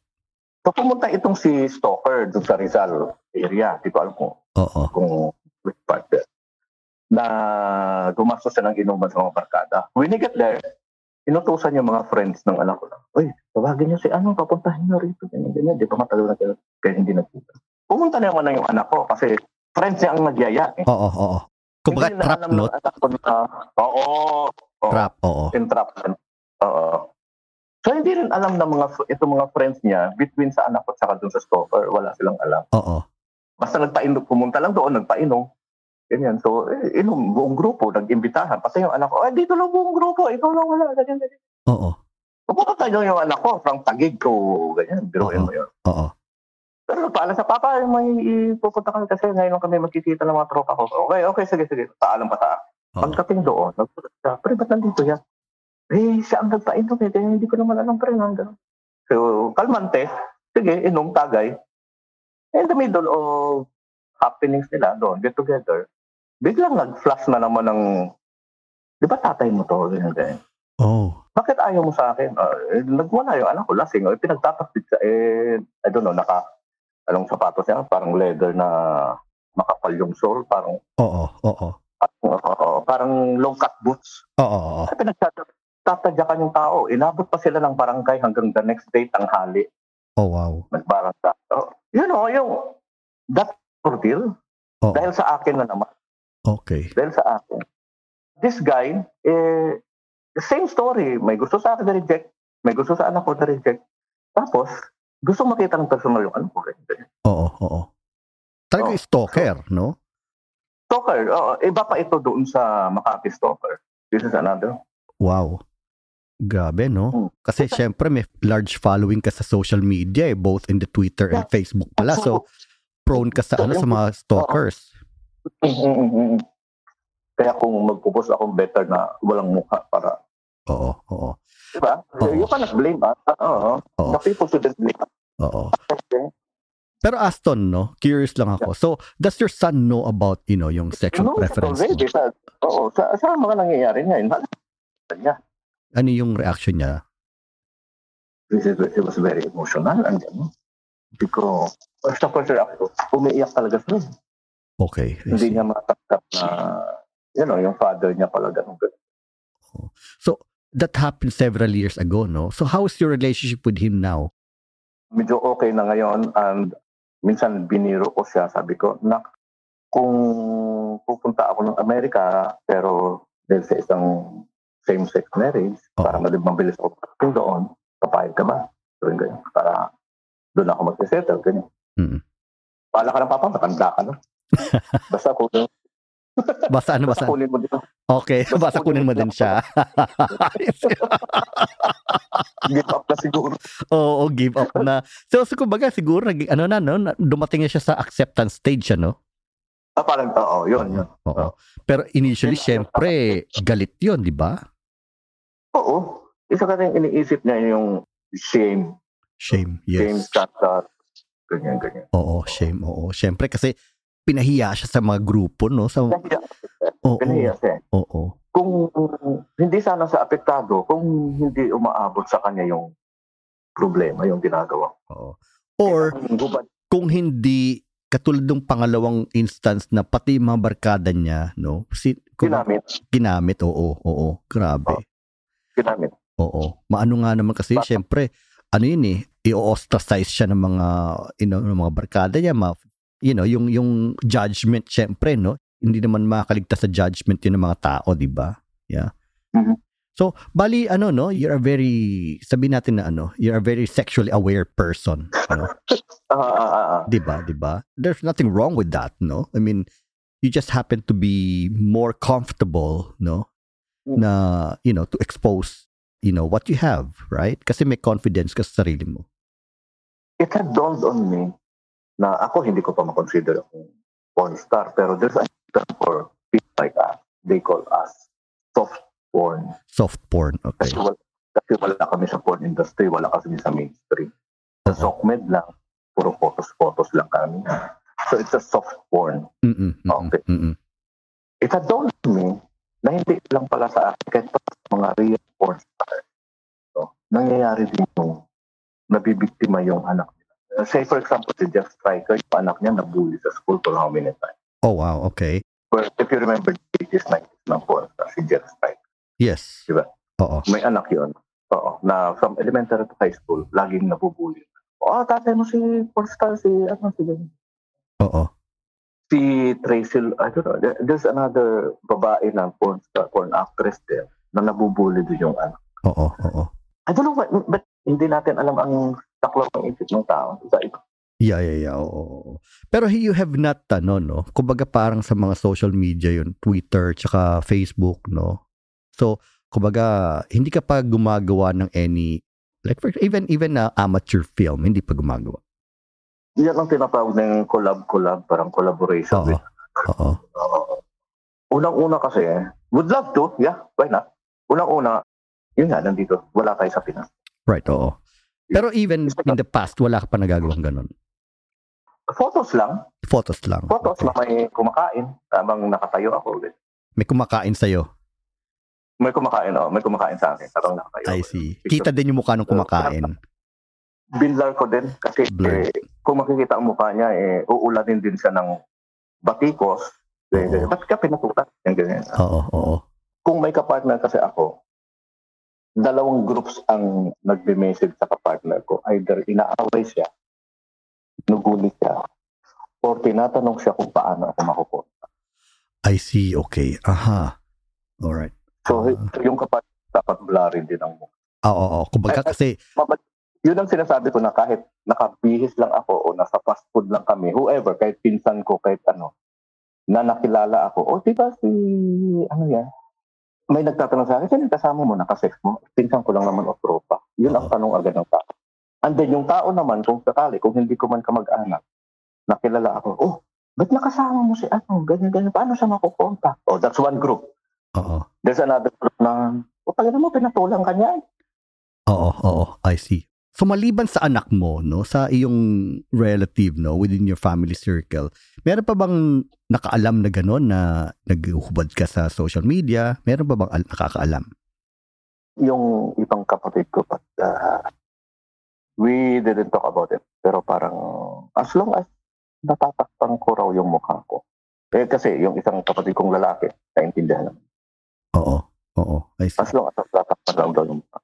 Speaker 2: So pumunta itong si Stalker doon sa Rizal area, di ko alam kung,
Speaker 1: Oo.
Speaker 2: kung which part there, na gumastos siya ng inuman sa mga barkada. When he get there, inutusan yung mga friends ng anak ko na, Uy, tawagin niyo si ano, papuntahin niyo rito, ganyan, ganyan, di ba matagal na kayo, kaya hindi nagpunta. Pumunta naman na yung anak ko kasi friends niya ang nagyaya. Eh.
Speaker 1: Oo. Oo. Kung
Speaker 2: Hindi na
Speaker 1: trap,
Speaker 2: alam
Speaker 1: no?
Speaker 2: ng anak ko na, oo, oo
Speaker 1: Trap. Oo.
Speaker 2: entrapment. Oo. So hindi rin alam ng mga itong mga friends niya between sa anak ko at saka dun sa stalker, wala silang alam.
Speaker 1: Oo.
Speaker 2: Basta nagpainom, pumunta lang doon, nagpainom. Ganyan. So, eh, inom, buong grupo, nag-imbitahan. Pati yung anak ko, ay, dito lang buong grupo, ikaw lang wala, ganyan, ganyan.
Speaker 1: Oo.
Speaker 2: Pumunta tayo yung anak ko, from Tagig ko, ganyan, biruin mo yun.
Speaker 1: Oo.
Speaker 2: Pero paalam sa papa, may pupunta kami kasi ngayon lang kami magkikita ng mga tropa ko. Okay, okay, sige, sige. Paalam pa sa akin.
Speaker 1: Oo.
Speaker 2: Pagdating doon, nagpunta siya, pre, ba't nandito yan? Eh, siya ang nagpainom eh, kaya hindi ko naman alam, pre, nang gano'n. So, kalmante, sige, inom, tagay. In the middle of happenings nila doon, get together, biglang nag-flash na naman ng, di ba tatay mo to? Ganyan, ganyan.
Speaker 1: Oh, Oo.
Speaker 2: Bakit ayaw mo sa akin? Ah, eh, nagwala yung anak ko, lasing. Eh, pinagtatakbid siya. Eh, I don't know, naka, anong sapatos niya, parang leather na makapal yung sole, parang,
Speaker 1: Oo. Oo.
Speaker 2: oo, oo, parang long cut boots.
Speaker 1: Oo. Oo.
Speaker 2: Kasi pinagtatadyakan yung tao. Inabot pa sila ng barangay hanggang the next day tanghali.
Speaker 1: Oh, wow.
Speaker 2: Nagbarangay. Oh, you know, yung that ordeal,
Speaker 1: Oo.
Speaker 2: dahil sa akin na naman.
Speaker 1: Okay.
Speaker 2: Dahil sa akin. This guy, eh, same story. May gusto sa akin na-reject. May gusto sa anak ko na-reject. Tapos, gusto makita ng personal yung anak ko.
Speaker 1: Oo. Oo. Talaga
Speaker 2: Oo.
Speaker 1: stalker, no?
Speaker 2: Stalker, oo, iba pa ito doon sa Makati Stalker. This is another.
Speaker 1: Wow. Grabe,
Speaker 2: Mm.
Speaker 1: no? Kasi syempre may large following ka sa social media eh, both in the Twitter and Facebook pala. So, prone ka sa ano sa mga stalkers.
Speaker 2: Mm-mm-mm. Kaya kung magpupos akong better na walang mukha para,
Speaker 1: Oo, oo,
Speaker 2: di ba?
Speaker 1: Oo.
Speaker 2: You cannot blame us. Oo.
Speaker 1: Oo.
Speaker 2: The people shouldn't blame us.
Speaker 1: oo.
Speaker 2: Okay?
Speaker 1: Pero Aston, no? Curious lang ako. So, does your son know about, you know, yung sexual
Speaker 2: No,
Speaker 1: preference
Speaker 2: already.
Speaker 1: mo?
Speaker 2: Sa, oo, sa, sa mga nangyayari ngayon, alam niya.
Speaker 1: Ano yung reaction niya?
Speaker 2: This is, it was very emotional. And, ano, hindi ko, first of all, sir, ako, umiiyak talaga siya.
Speaker 1: Okay. I
Speaker 2: Hindi
Speaker 1: see.
Speaker 2: niya matanggap na, you know, yung father niya pala ganun.
Speaker 1: So, that happened several years ago, no? So, how is your relationship with him now?
Speaker 2: medyo okay na ngayon and minsan biniro ko siya sabi ko nak kung pupunta ako ng Amerika pero dahil sa isang same-sex marriage
Speaker 1: Oo.
Speaker 2: para madib- mabilis ako pagdating doon papayag ka ba gawin ganyan para doon ako magsisettle ganyan
Speaker 1: Mm.
Speaker 2: Paala ka na papa, matanda ka na. Basta kunin,
Speaker 1: Basta ano, basta.
Speaker 2: basta kunin mo dito.
Speaker 1: Okay,
Speaker 2: basta
Speaker 1: basta kunin mo din siya.
Speaker 2: Give up na siguro.
Speaker 1: Oo, give up na. So, so kumbaga, siguro, naging- ano na, no? Na- Dumating na siya sa acceptance stage, ano?
Speaker 2: Ah, parang, oo, yun, yun.
Speaker 1: Oo. Pero initially,
Speaker 2: Yun ang-
Speaker 1: syempre, galit yun, di ba?
Speaker 2: Oo. Isa ka rin iniisip niya yung shame.
Speaker 1: Shame,
Speaker 2: Shame,
Speaker 1: yes.
Speaker 2: scandal, ganyan, ganyan.
Speaker 1: Oo, shame, oo. Syempre, kasi pinahiya siya sa mga grupo, no? Sa, oo,
Speaker 2: Kaya, kaya
Speaker 1: oo,
Speaker 2: siya.
Speaker 1: oo.
Speaker 2: Kung hindi sana sa apektado, kung hindi umaabot sa kanya yung problema, yung ginagawa.
Speaker 1: oo. Or,
Speaker 2: Ang gubad.
Speaker 1: kung hindi, katulad ng pangalawang instance na pati yung mga barkada niya, no? Si, kung-
Speaker 2: Ginamit.
Speaker 1: Ginamit, oo, oo. Grabe.
Speaker 2: Ginamit.
Speaker 1: Oo. Maano nga naman kasi,
Speaker 2: Bata.
Speaker 1: syempre, ano yun eh, i-ostracize siya ng mga, you know, ng mga barkada niya, ma, you know, yung, yung judgment, syempre, no? Hindi naman makakaligtas sa judgment yun ng mga tao, di ba? Yeah.
Speaker 2: Mhm.
Speaker 1: So, So, bali ano no, you're a very sabi natin na ano, you're a very sexually aware person, ano?
Speaker 2: Ah, ah, ah, ah.
Speaker 1: 'Di ba? 'Di ba? There's nothing wrong with that, no? I mean, you just happen to be more comfortable, no?
Speaker 2: Mm.
Speaker 1: Na, you know, to expose, you know, what you have, right? Kasi may confidence ka sa sarili mo.
Speaker 2: It had dawned on me na ako hindi ko pa makonsider akong porn star pero there's a term for people like us. They call us soft porn.
Speaker 1: Soft porn, okay.
Speaker 2: Kasi wala, kasi wala kami sa porn industry, wala kami sa mainstream. Sa
Speaker 1: Oo.
Speaker 2: SOCMED lang, puro photos-photos lang kami. So it's a soft porn.
Speaker 1: Mm-mm, mm-mm,
Speaker 2: Okay.
Speaker 1: mm-mm.
Speaker 2: It had dawned on me na hindi lang pala sa akin, kahit pa sa mga real porn stars. So, nangyayari din yung nabibiktima yung anak nila. Say for example, si Jeff Stryker, yung anak niya nabully sa school for how many times.
Speaker 1: Oh wow, okay.
Speaker 2: Well, if you remember the 80s, 90s ng porn star, si Jeff Stryker.
Speaker 1: Yes.
Speaker 2: Diba?
Speaker 1: Oo.
Speaker 2: May anak yun. Oo. Na from elementary to high school, laging nabubuli. Oh, tatay mo si Pornstar, si, ano, si,
Speaker 1: Oo.
Speaker 2: si Tracy, I don't know, there- there's another babae na pornstar, porn actress din, na nabubuli din yung anak.
Speaker 1: Oo, oo.
Speaker 2: I don't know, what, but hindi natin alam ang taklo ng isip ng tao. Sa ito.
Speaker 1: Yeah, yeah, yeah. Oo, oo, oo. Pero he- you have not, ano, no? Kumbaga parang sa mga social media yun, Twitter, tsaka Facebook, no? So, kumbaga, hindi ka pa gumagawa ng any, like, for, even, even na amateur film, hindi pa gumagawa.
Speaker 2: Yan ang tinatawag ng collab-collab, parang collaboration.
Speaker 1: Oo.
Speaker 2: with-
Speaker 1: Oo.
Speaker 2: Oo. Unang-una kasi, would love to, yeah, why not? Unang-una, yun nga, nandito, wala tayo sa Pinas.
Speaker 1: Right, oo. Pero even in the past, wala ka pa nagagawang ganun.
Speaker 2: Photos lang,
Speaker 1: Photos lang.
Speaker 2: Photos
Speaker 1: Okay.
Speaker 2: na may kumakain habang nakatayo ako ulit.
Speaker 1: May kumakain sa'yo.
Speaker 2: May kumakain, oh, may kumakain sa akin habang nakatayo.
Speaker 1: I
Speaker 2: ako.
Speaker 1: see. Kita din yung mukha ng kumakain.
Speaker 2: Binlar ko din kasi
Speaker 1: Blur.
Speaker 2: eh, kung makikita ang mukha niya, eh, uulanin din siya ng batikos. Eh,
Speaker 1: Oo.
Speaker 2: Ba't ka pinatuta? Yung ganyan.
Speaker 1: Oo, oo.
Speaker 2: Kung may kapartner kasi ako, dalawang groups ang nagbe-message sa kapartner ko. Either inaaway siya, nuguli siya, or tinatanong siya kung paano ako makukuha.
Speaker 1: I see. Okay. Aha. Alright.
Speaker 2: So,
Speaker 1: Ah.
Speaker 2: yung kapartner dapat blurry din ang mukha.
Speaker 1: Oo, Ah, oo. Kumbaga
Speaker 2: Ay, ay.
Speaker 1: kasi,
Speaker 2: Mabal- yun ang sinasabi ko na kahit nakabihis lang ako o nasa fast food lang kami, whoever, kahit pinsan ko, kahit ano, na nakilala ako, o di ba si, ano yan, may nagtatanong sa akin, sino yung kasama mo, nakasex mo? Pinsan ko lang naman o tropa. Yun ang
Speaker 1: Oo.
Speaker 2: tanong agad ng tao. And then yung tao naman, kung sakali, kung hindi ko man kamag-anak, nakilala ako, oh, ba't nakasama mo si ano, ganyan, ganyan, paano siya makukontak? Oh, that's one group.
Speaker 1: oo.
Speaker 2: There's another group na, o tagal mo, pinatulang ka niya.
Speaker 1: Oo, oo, I see. So maliban sa anak mo, no, sa iyong relative, no, within your family circle, meron pa bang nakaalam na gano'n na naghuhubad ka sa social media? Meron pa bang al- nakakaalam?
Speaker 2: yung ibang kapatid ko but uh, we didn't talk about it pero parang as long as natatakpan ko raw yung mukha ko eh kasi yung isang kapatid kong lalaki naintindihan naman
Speaker 1: Oo, oo, I see.
Speaker 2: as long as natatakpan lang daw yung mukha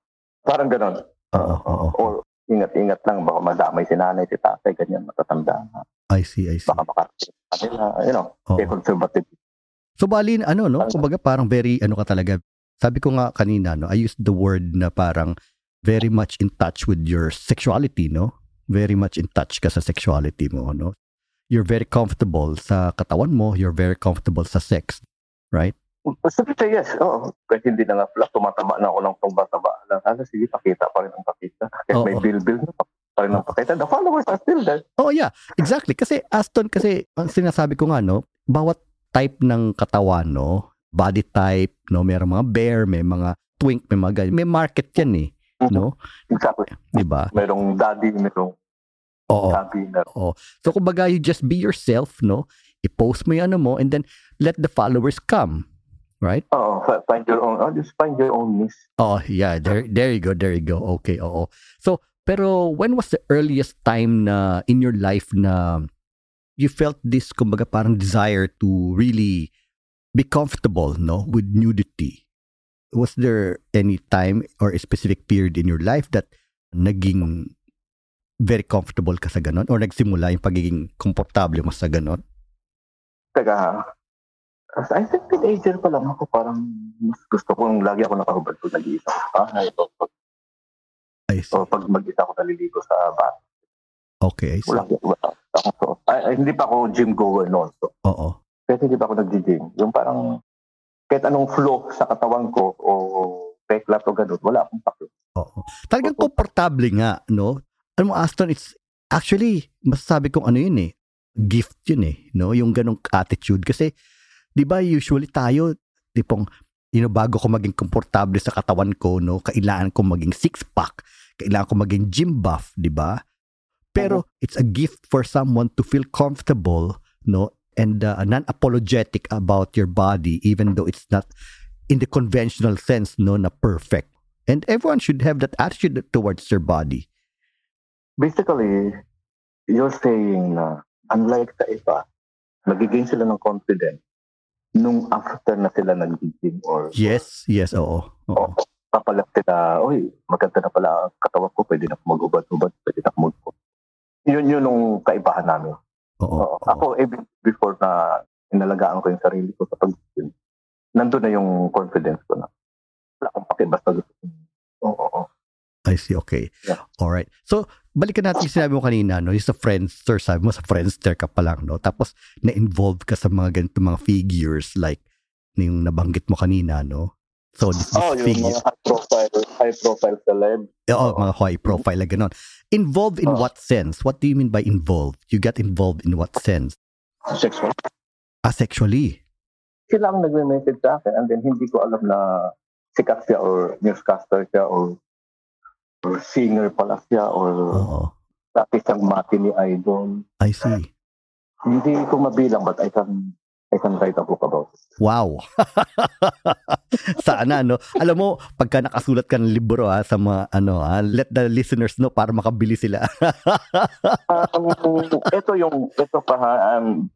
Speaker 2: parang ganon
Speaker 1: Ah, Oo, oo,
Speaker 2: or ingat-ingat lang baka madamay si nanay si tatay ganyan matatanda na.
Speaker 1: I see, I see.
Speaker 2: baka makarating sa kanila you know
Speaker 1: Oo.
Speaker 2: eh conservative
Speaker 1: So bali ano no, kumbaga parang very ano ka talaga. Sabi ko nga kanina no, I used the word na parang very much in touch with your sexuality no. Very much in touch ka sa sexuality mo no. You're very comfortable sa katawan mo, you're very comfortable sa sex.
Speaker 2: Sabi siya, yes. Oo. Kahit hindi na nga flat, tumataba na ako ng tumataba lang. Ano, sige, pakita pa rin ang pakita. Kahit may
Speaker 1: Oo.
Speaker 2: bill-bill na pa rin ang pakita. The followers are still there.
Speaker 1: Oh yeah, exactly. Kasi Aston kasi ang sinasabi ko nga no, bawat type ng katawan no, body type no, may mga bear, may mga twink, may mga ganyan. May market 'yan eh, no?
Speaker 2: Mm-hmm. Exactly.
Speaker 1: 'Di ba?
Speaker 2: Merong daddy, merong
Speaker 1: Oo.
Speaker 2: daddy na.
Speaker 1: So kumbaga you just be yourself, no? I-post mo yung ano mo and then let the followers come, right?
Speaker 2: Oo, fi- find your own. Oh, just find your own niche.
Speaker 1: Oh, yeah, there there you go, there you go. Okay, oo. So, pero when was the earliest time na in your life na you felt this kumbaga parang desire to really be comfortable, no, with nudity? Was there any time or a specific period in your life that naging very comfortable ka sa ganon or nagsimula yung pagiging komportable mo sa ganon?
Speaker 2: Teka, ha? Tapos I think teenager pa lang ako, parang mas gusto ko yung lagi ako nakahubad pag nag-iisa ko sa bahay o pag,
Speaker 1: I
Speaker 2: o
Speaker 1: see.
Speaker 2: pag mag-isa ako naliligo sa bat.
Speaker 1: Okay, I see.
Speaker 2: Wala wala akong suot. Ay, ay, hindi pa ako gym goer noon. So,
Speaker 1: Oo.
Speaker 2: kahit hindi pa ako nag-gym. Yung parang kahit anong flow sa katawan ko o peklat o ganun, wala akong paklo.
Speaker 1: Oo. Talagang komportable nga, no? Alam mo, Aston, it's actually, masasabi kong ano yun eh, gift yun eh, no? Yung ganong attitude. Kasi, di ba usually tayo, tipong, you know, bago ko maging komportable sa katawan ko, no? Kailangan ko maging six-pack, kailangan ko maging gym buff, di ba? Pero, it's a gift for someone to feel comfortable, no? And uh, non-apologetic about your body, even though it's not in the conventional sense, no, na perfect. And everyone should have that attitude towards their body.
Speaker 2: Basically, you're saying na unlike sa iba, nagigain sila ng confidence nung after na sila nag-gym or
Speaker 1: Yes, yes, oo. oo.
Speaker 2: Oo. papalat sila, oy, maganda na pala ang katawan ko, pwede na ako mag-ubad-ubad, pwede na ako mag Yun yun yung kaibahan namin.
Speaker 1: Oo.
Speaker 2: Oo.
Speaker 1: oo.
Speaker 2: Ako, even before na inalagaan ko yung sarili ko sa pag nandun na yung confidence ko na. Wala akong pake, basta gusto ko. Oo, oo.
Speaker 1: I see, okay.
Speaker 2: Yeah.
Speaker 1: All right. So, balikan natin yung sinabi mo kanina, no? Yung sa Friendster, sabi mo sa Friendster ka pa lang, no? Tapos, na-involved ka sa mga ganito mga figures like yung nabanggit mo kanina, no? So, this,
Speaker 2: Oh,
Speaker 1: this
Speaker 2: yung
Speaker 1: figure,
Speaker 2: mga high profile, high profile celeb.
Speaker 1: oh, mga high
Speaker 2: Mm-hmm.
Speaker 1: profile, like ganon. Involved in
Speaker 2: Oo.
Speaker 1: what sense? What do you mean by involved? You got involved in what sense?
Speaker 2: Sexual.
Speaker 1: Asexually.
Speaker 2: Sila ang nagme-message sa akin and then hindi ko alam na sikat siya or newscaster siya or or singer pala siya or
Speaker 1: Oo.
Speaker 2: dati siyang mati ni Idol.
Speaker 1: I see.
Speaker 2: Hindi ko mabilang but I can I can write a book about it.
Speaker 1: Wow. Sana no. Alam mo, pagka nakasulat ka ng libro ha, sa mga ano ha, let the listeners know para makabili sila.
Speaker 2: Um, ito yung, ito pa ha, um,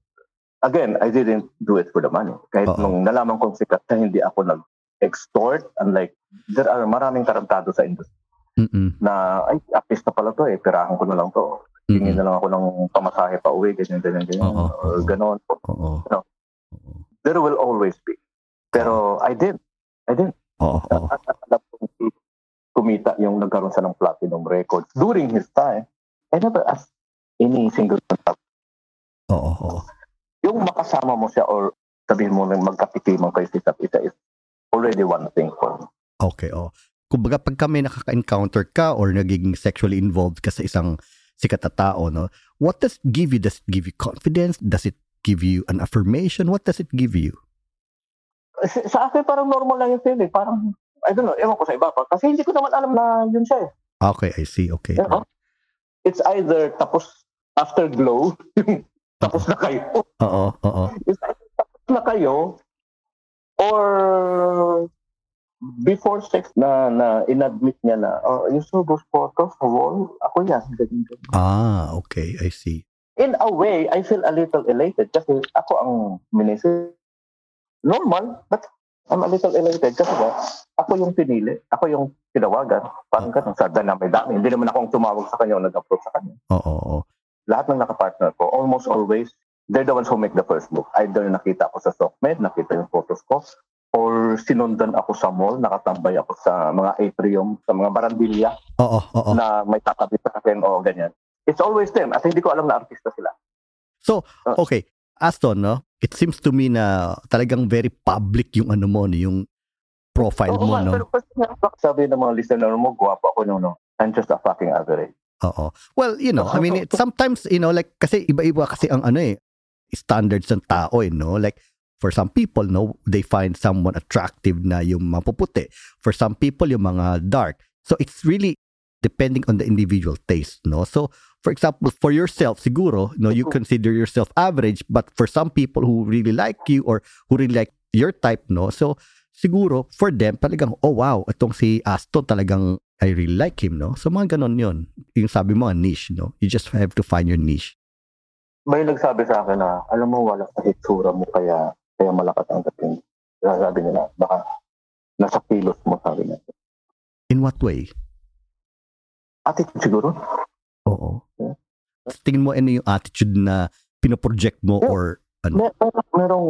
Speaker 2: again, I didn't do it for the money. Kahit
Speaker 1: Oo.
Speaker 2: nung nalaman kong sikat na hindi ako nag-extort, unlike, there are maraming tarantado sa industry
Speaker 1: Mm-mm,
Speaker 2: na, ay, artista pala to eh, pirahan ko na lang to. Tingin
Speaker 1: mm-mm.
Speaker 2: na lang ako ng pamasahe pa uwi, ganyan, ganyan, ganyan.
Speaker 1: Mm-hmm. Oo,
Speaker 2: or
Speaker 1: oo.
Speaker 2: ganon.
Speaker 1: Oo.
Speaker 2: No.
Speaker 1: Oo.
Speaker 2: There will always be. Pero I did. I did.
Speaker 1: Oo. oo.
Speaker 2: At at alam kong si- kumita yung nagkaroon sa ng platinum record during his time. I never asked any single contact.
Speaker 1: Oo. oo.
Speaker 2: Yung makasama mo siya or sabihin mo na magkapitiman kayo sa isa't isa is already one thing for me.
Speaker 1: Okay, oh. Kumbaga pag kami nakaka-encounter ka or nagiging sexually involved ka sa isang sikat na tao, no? What does it give you? Does it give you confidence? Does it give you an affirmation? What does it give you?
Speaker 2: Sa, sa akin parang normal lang yung feeling. Parang, I don't know, ewan ko sa iba pa. Kasi hindi ko naman alam na yun siya eh.
Speaker 1: Okay, I see. Okay.
Speaker 2: Yeah. It's either tapos afterglow, yung tapos na kayo,
Speaker 1: Oo. Oo.
Speaker 2: is either tapos na kayo or before sex na na inadmit niya na oh, you saw those photos sa wall ako yan ganyan, ganyan."
Speaker 1: Ah, okay. I see.
Speaker 2: in a way I feel a little elated kasi ako ang minisip normal but I'm a little elated kasi ba ako yung pinili ako yung tinawagan parang ganun sa na may dami hindi naman akong tumawag sa kanya o nag-approach sa kanya
Speaker 1: Oo. Oo.
Speaker 2: lahat ng nakapartner ko, almost always, they're the ones who make the first move. Either nakita ako sa Sockmed, nakita yung photos ko, or sinundan ako sa mall, nakatambay ako sa mga atrium, sa mga barandilya
Speaker 1: Oo. Oo.
Speaker 2: na may tatabi sa akin o ganyan. It's always them. At hindi ko alam na artista sila. Ah.
Speaker 1: Okay, Aston, no? It seems to me na talagang very public yung ano mo, no? yung profile
Speaker 2: Oo
Speaker 1: mo,
Speaker 2: nga,
Speaker 1: no?
Speaker 2: Pero kasi nga, baka sabi ng mga listener mo, guwapo ako no, no. I'm just a fucking average.
Speaker 1: Oo. Well, you know, I mean, it, sometimes, you know, like, kasi iba-iba kasi ang ano eh, standards ng tao eh, no? Like, for some people, no, they find someone attractive na yung mga puputi. For some people, yung mga dark. So, it's really depending on the individual taste, no? So, for example, for yourself, siguro, no, you consider yourself average, but for some people who really like you or who really like your type, no? So, siguro, for them, talagang, oh wow, itong si Aston talagang I really like him, no? So, mga ganon yon Yung sabi mo, nga, niche, no? You just have to find your niche.
Speaker 2: May nagsabi sa akin na, alam mo, wala sa hitsura mo kaya, kaya malakas ang dating. Sabi nila, baka nasa kilos mo, sabi nila.
Speaker 1: In what way?
Speaker 2: Attitude siguro.
Speaker 1: Oo. Tingin mo, ano yung attitude na pinoproject mo or ano?
Speaker 2: Mer- mer- merong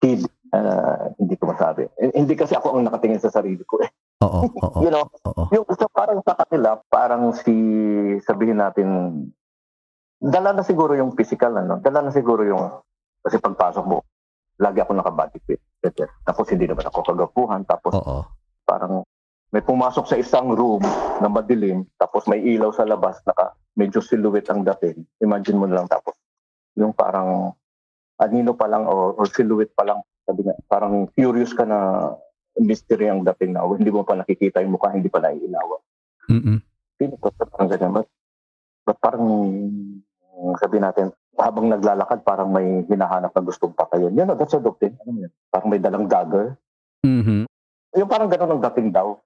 Speaker 2: feel, ah, hindi ko masabi. Eh, Hindi kasi ako ang nakatingin sa sarili ko. Eh.
Speaker 1: Oo, oo,
Speaker 2: You know,
Speaker 1: oo.
Speaker 2: yung so parang sa kanila, parang si, sabihin natin, dala na siguro yung physical, ano? dala na siguro yung, kasi pagpasok mo, lagi ako nakabody fit. etc. Tapos hindi naman ako kagapuhan. Tapos
Speaker 1: Oo.
Speaker 2: parang may pumasok sa isang room na madilim, tapos may ilaw sa labas, naka, medyo silhouette ang dating. Imagine mo na lang tapos. Yung parang anino pa lang or, or silhouette pa lang, sabi nga, parang curious ka na mystery ang dating na oh, hindi mo pa nakikita yung mukha, hindi pa naiinawa.
Speaker 1: Mm-mm.
Speaker 2: Hindi ko sa parang ganyan. But, but parang mm, sabi natin, habang naglalakad, parang may hinahanap na gustong patayin. Yun, know, that's a doctrine. Ano yun? Parang may dalang dagger.
Speaker 1: Mhm.
Speaker 2: Yung parang ganun ang dating daw.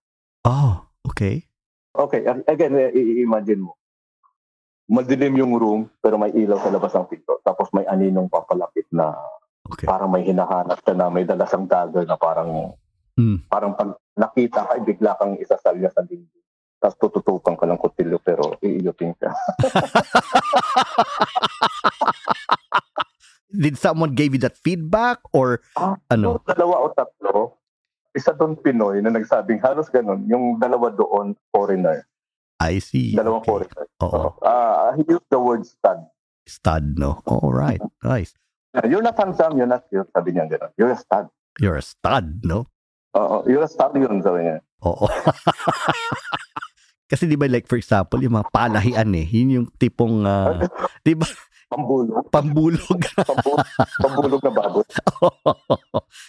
Speaker 1: Oh, okay.
Speaker 2: Okay, a- again, eh, i- imagine mo. Madilim yung room, pero may ilaw sa labas ng pinto. Tapos may aninong papalapit na
Speaker 1: Okay.
Speaker 2: parang may hinahanap ka na may dalas ang dagger na parang
Speaker 1: Mm.
Speaker 2: parang pag nakita ka, bigla kang isasalya sa dingding. Tapos tututukan ka ng kutilyo pero iiyutin ka.
Speaker 1: Did someone gave you that feedback or
Speaker 2: Ah,
Speaker 1: ano?
Speaker 2: So, dalawa o tatlo, isa doon Pinoy na nagsabing halos ganun. Yung dalawa doon, foreigner.
Speaker 1: I see. okay.
Speaker 2: Dalawang
Speaker 1: Oh.
Speaker 2: foreigner.
Speaker 1: Oo.
Speaker 2: Ah, he used the word stud.
Speaker 1: Stud, no? All right. Nice.
Speaker 2: You're not handsome, you're not cute. Sabi niya ganun. You're a stud.
Speaker 1: You're a stud, no?
Speaker 2: Oo, yung star yun sabi niya.
Speaker 1: Oo. Kasi di ba like for example, yung mga palahian eh, yun yung tipong ah, di ba
Speaker 2: Pambulog.
Speaker 1: pambulog.
Speaker 2: Pambulog, pambulog na baboy.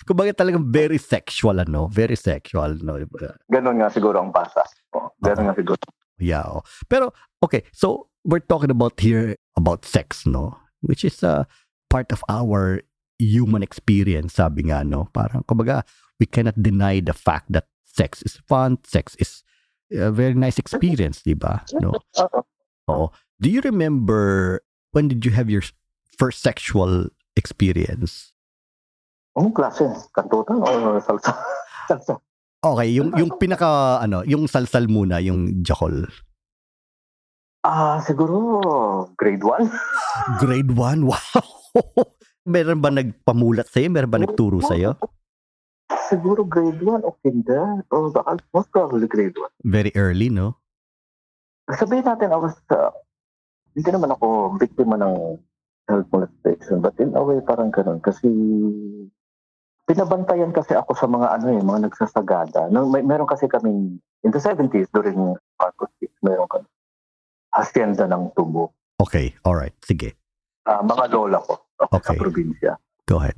Speaker 1: Kung bakit talagang very sexual ano, very sexual no.
Speaker 2: Ganon nga siguro ang basa. Oo, Ganon nga siguro.
Speaker 1: Yeah. oh. Pero okay, so we're talking about here about sex, no? Which is a part of our human experience, sabi nga, no? Parang, kumbaga, we cannot deny the fact that sex is fun, sex is a very nice experience, di ba? No?
Speaker 2: Oo.
Speaker 1: Oo. Do you remember when did you have your first sexual experience?
Speaker 2: Anong klase? Kantutan o salsa? salsa.
Speaker 1: Okay, yung yung pinaka ano, yung salsal muna, yung Jacol.
Speaker 2: Ah, siguro grade 1.
Speaker 1: Grade 1. Wow. Meron ba nagpamulat sa'yo? Meron ba nagturo sa'yo?
Speaker 2: Siguro grade 1 o kinder. O baka most probably grade 1.
Speaker 1: Very early, no?
Speaker 2: Sabihin natin, I was, uh, hindi naman ako biktima ng child molestation, but in a way parang ganun. Kasi pinabantayan kasi ako sa mga ano eh, mga nagsasagada. No, may, meron kasi kaming, in the 70s, during Marcos Peace, meron kami hacienda ng tubo.
Speaker 1: Okay, all right. Sige,
Speaker 2: Ah, mga lola ko sa
Speaker 1: Okay.
Speaker 2: probinsya.
Speaker 1: go ahead.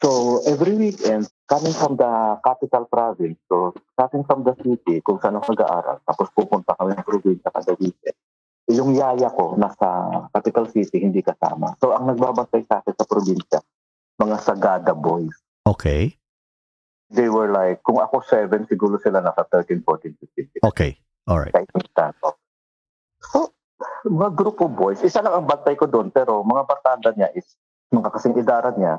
Speaker 2: So every weekend, coming from the capital province, so starting from the city, kung saan ako nag-aaral, tapos pupunta kami ng probinsya kada weekend. Yung yaya ko, nasa capital city, hindi kasama. So ang nagbabantay sa akin sa probinsya, mga Sagada boys.
Speaker 1: Okay.
Speaker 2: They were like, kung ako 7, siguro sila nasa 13, 14, 15.
Speaker 1: Okay. All right.
Speaker 2: Kahit yung stand up. So, mga grupo boys, isa lang ang bantay ko doon, pero mga barkada niya is, mga kasing idaran niya,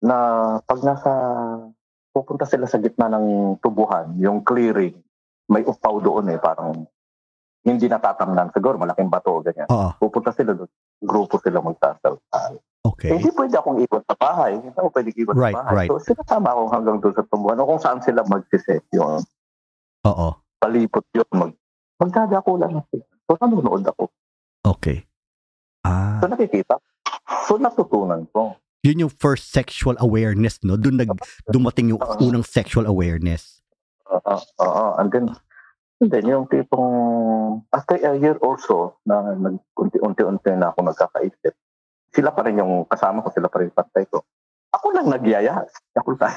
Speaker 2: na pag nasa, pupunta sila sa gitna ng tubuhan, yung clearing, may upaw doon eh, parang hindi natatamnan. Siguro malaking bato, ganyan.
Speaker 1: Oo.
Speaker 2: Pupunta sila doon, grupo sila magtasal. Eh,
Speaker 1: Okay.
Speaker 2: hindi pwede akong iwan sa bahay. Hindi ako pwede iwan
Speaker 1: Right,
Speaker 2: sa bahay.
Speaker 1: right.
Speaker 2: So, sinasama ako hanggang doon sa tubuhan. O kung saan sila magsiset yung
Speaker 1: Oo.
Speaker 2: palipot yun. Mag, magdadakulan ako. So, nanonood ako.
Speaker 1: Okay. Ah,
Speaker 2: So, nakikita. So, natutunan ko.
Speaker 1: yun yung first sexual awareness, no? Doon nag dumating yung unang sexual awareness.
Speaker 2: Oo, oo. and then, ah, and then, yung tipong, after a year also, na nag-unti-unti na ako nagkakaisip, sila pa rin yung kasama ko, sila pa rin yung pantay ko. Ako lang nagyaya. Ako lang.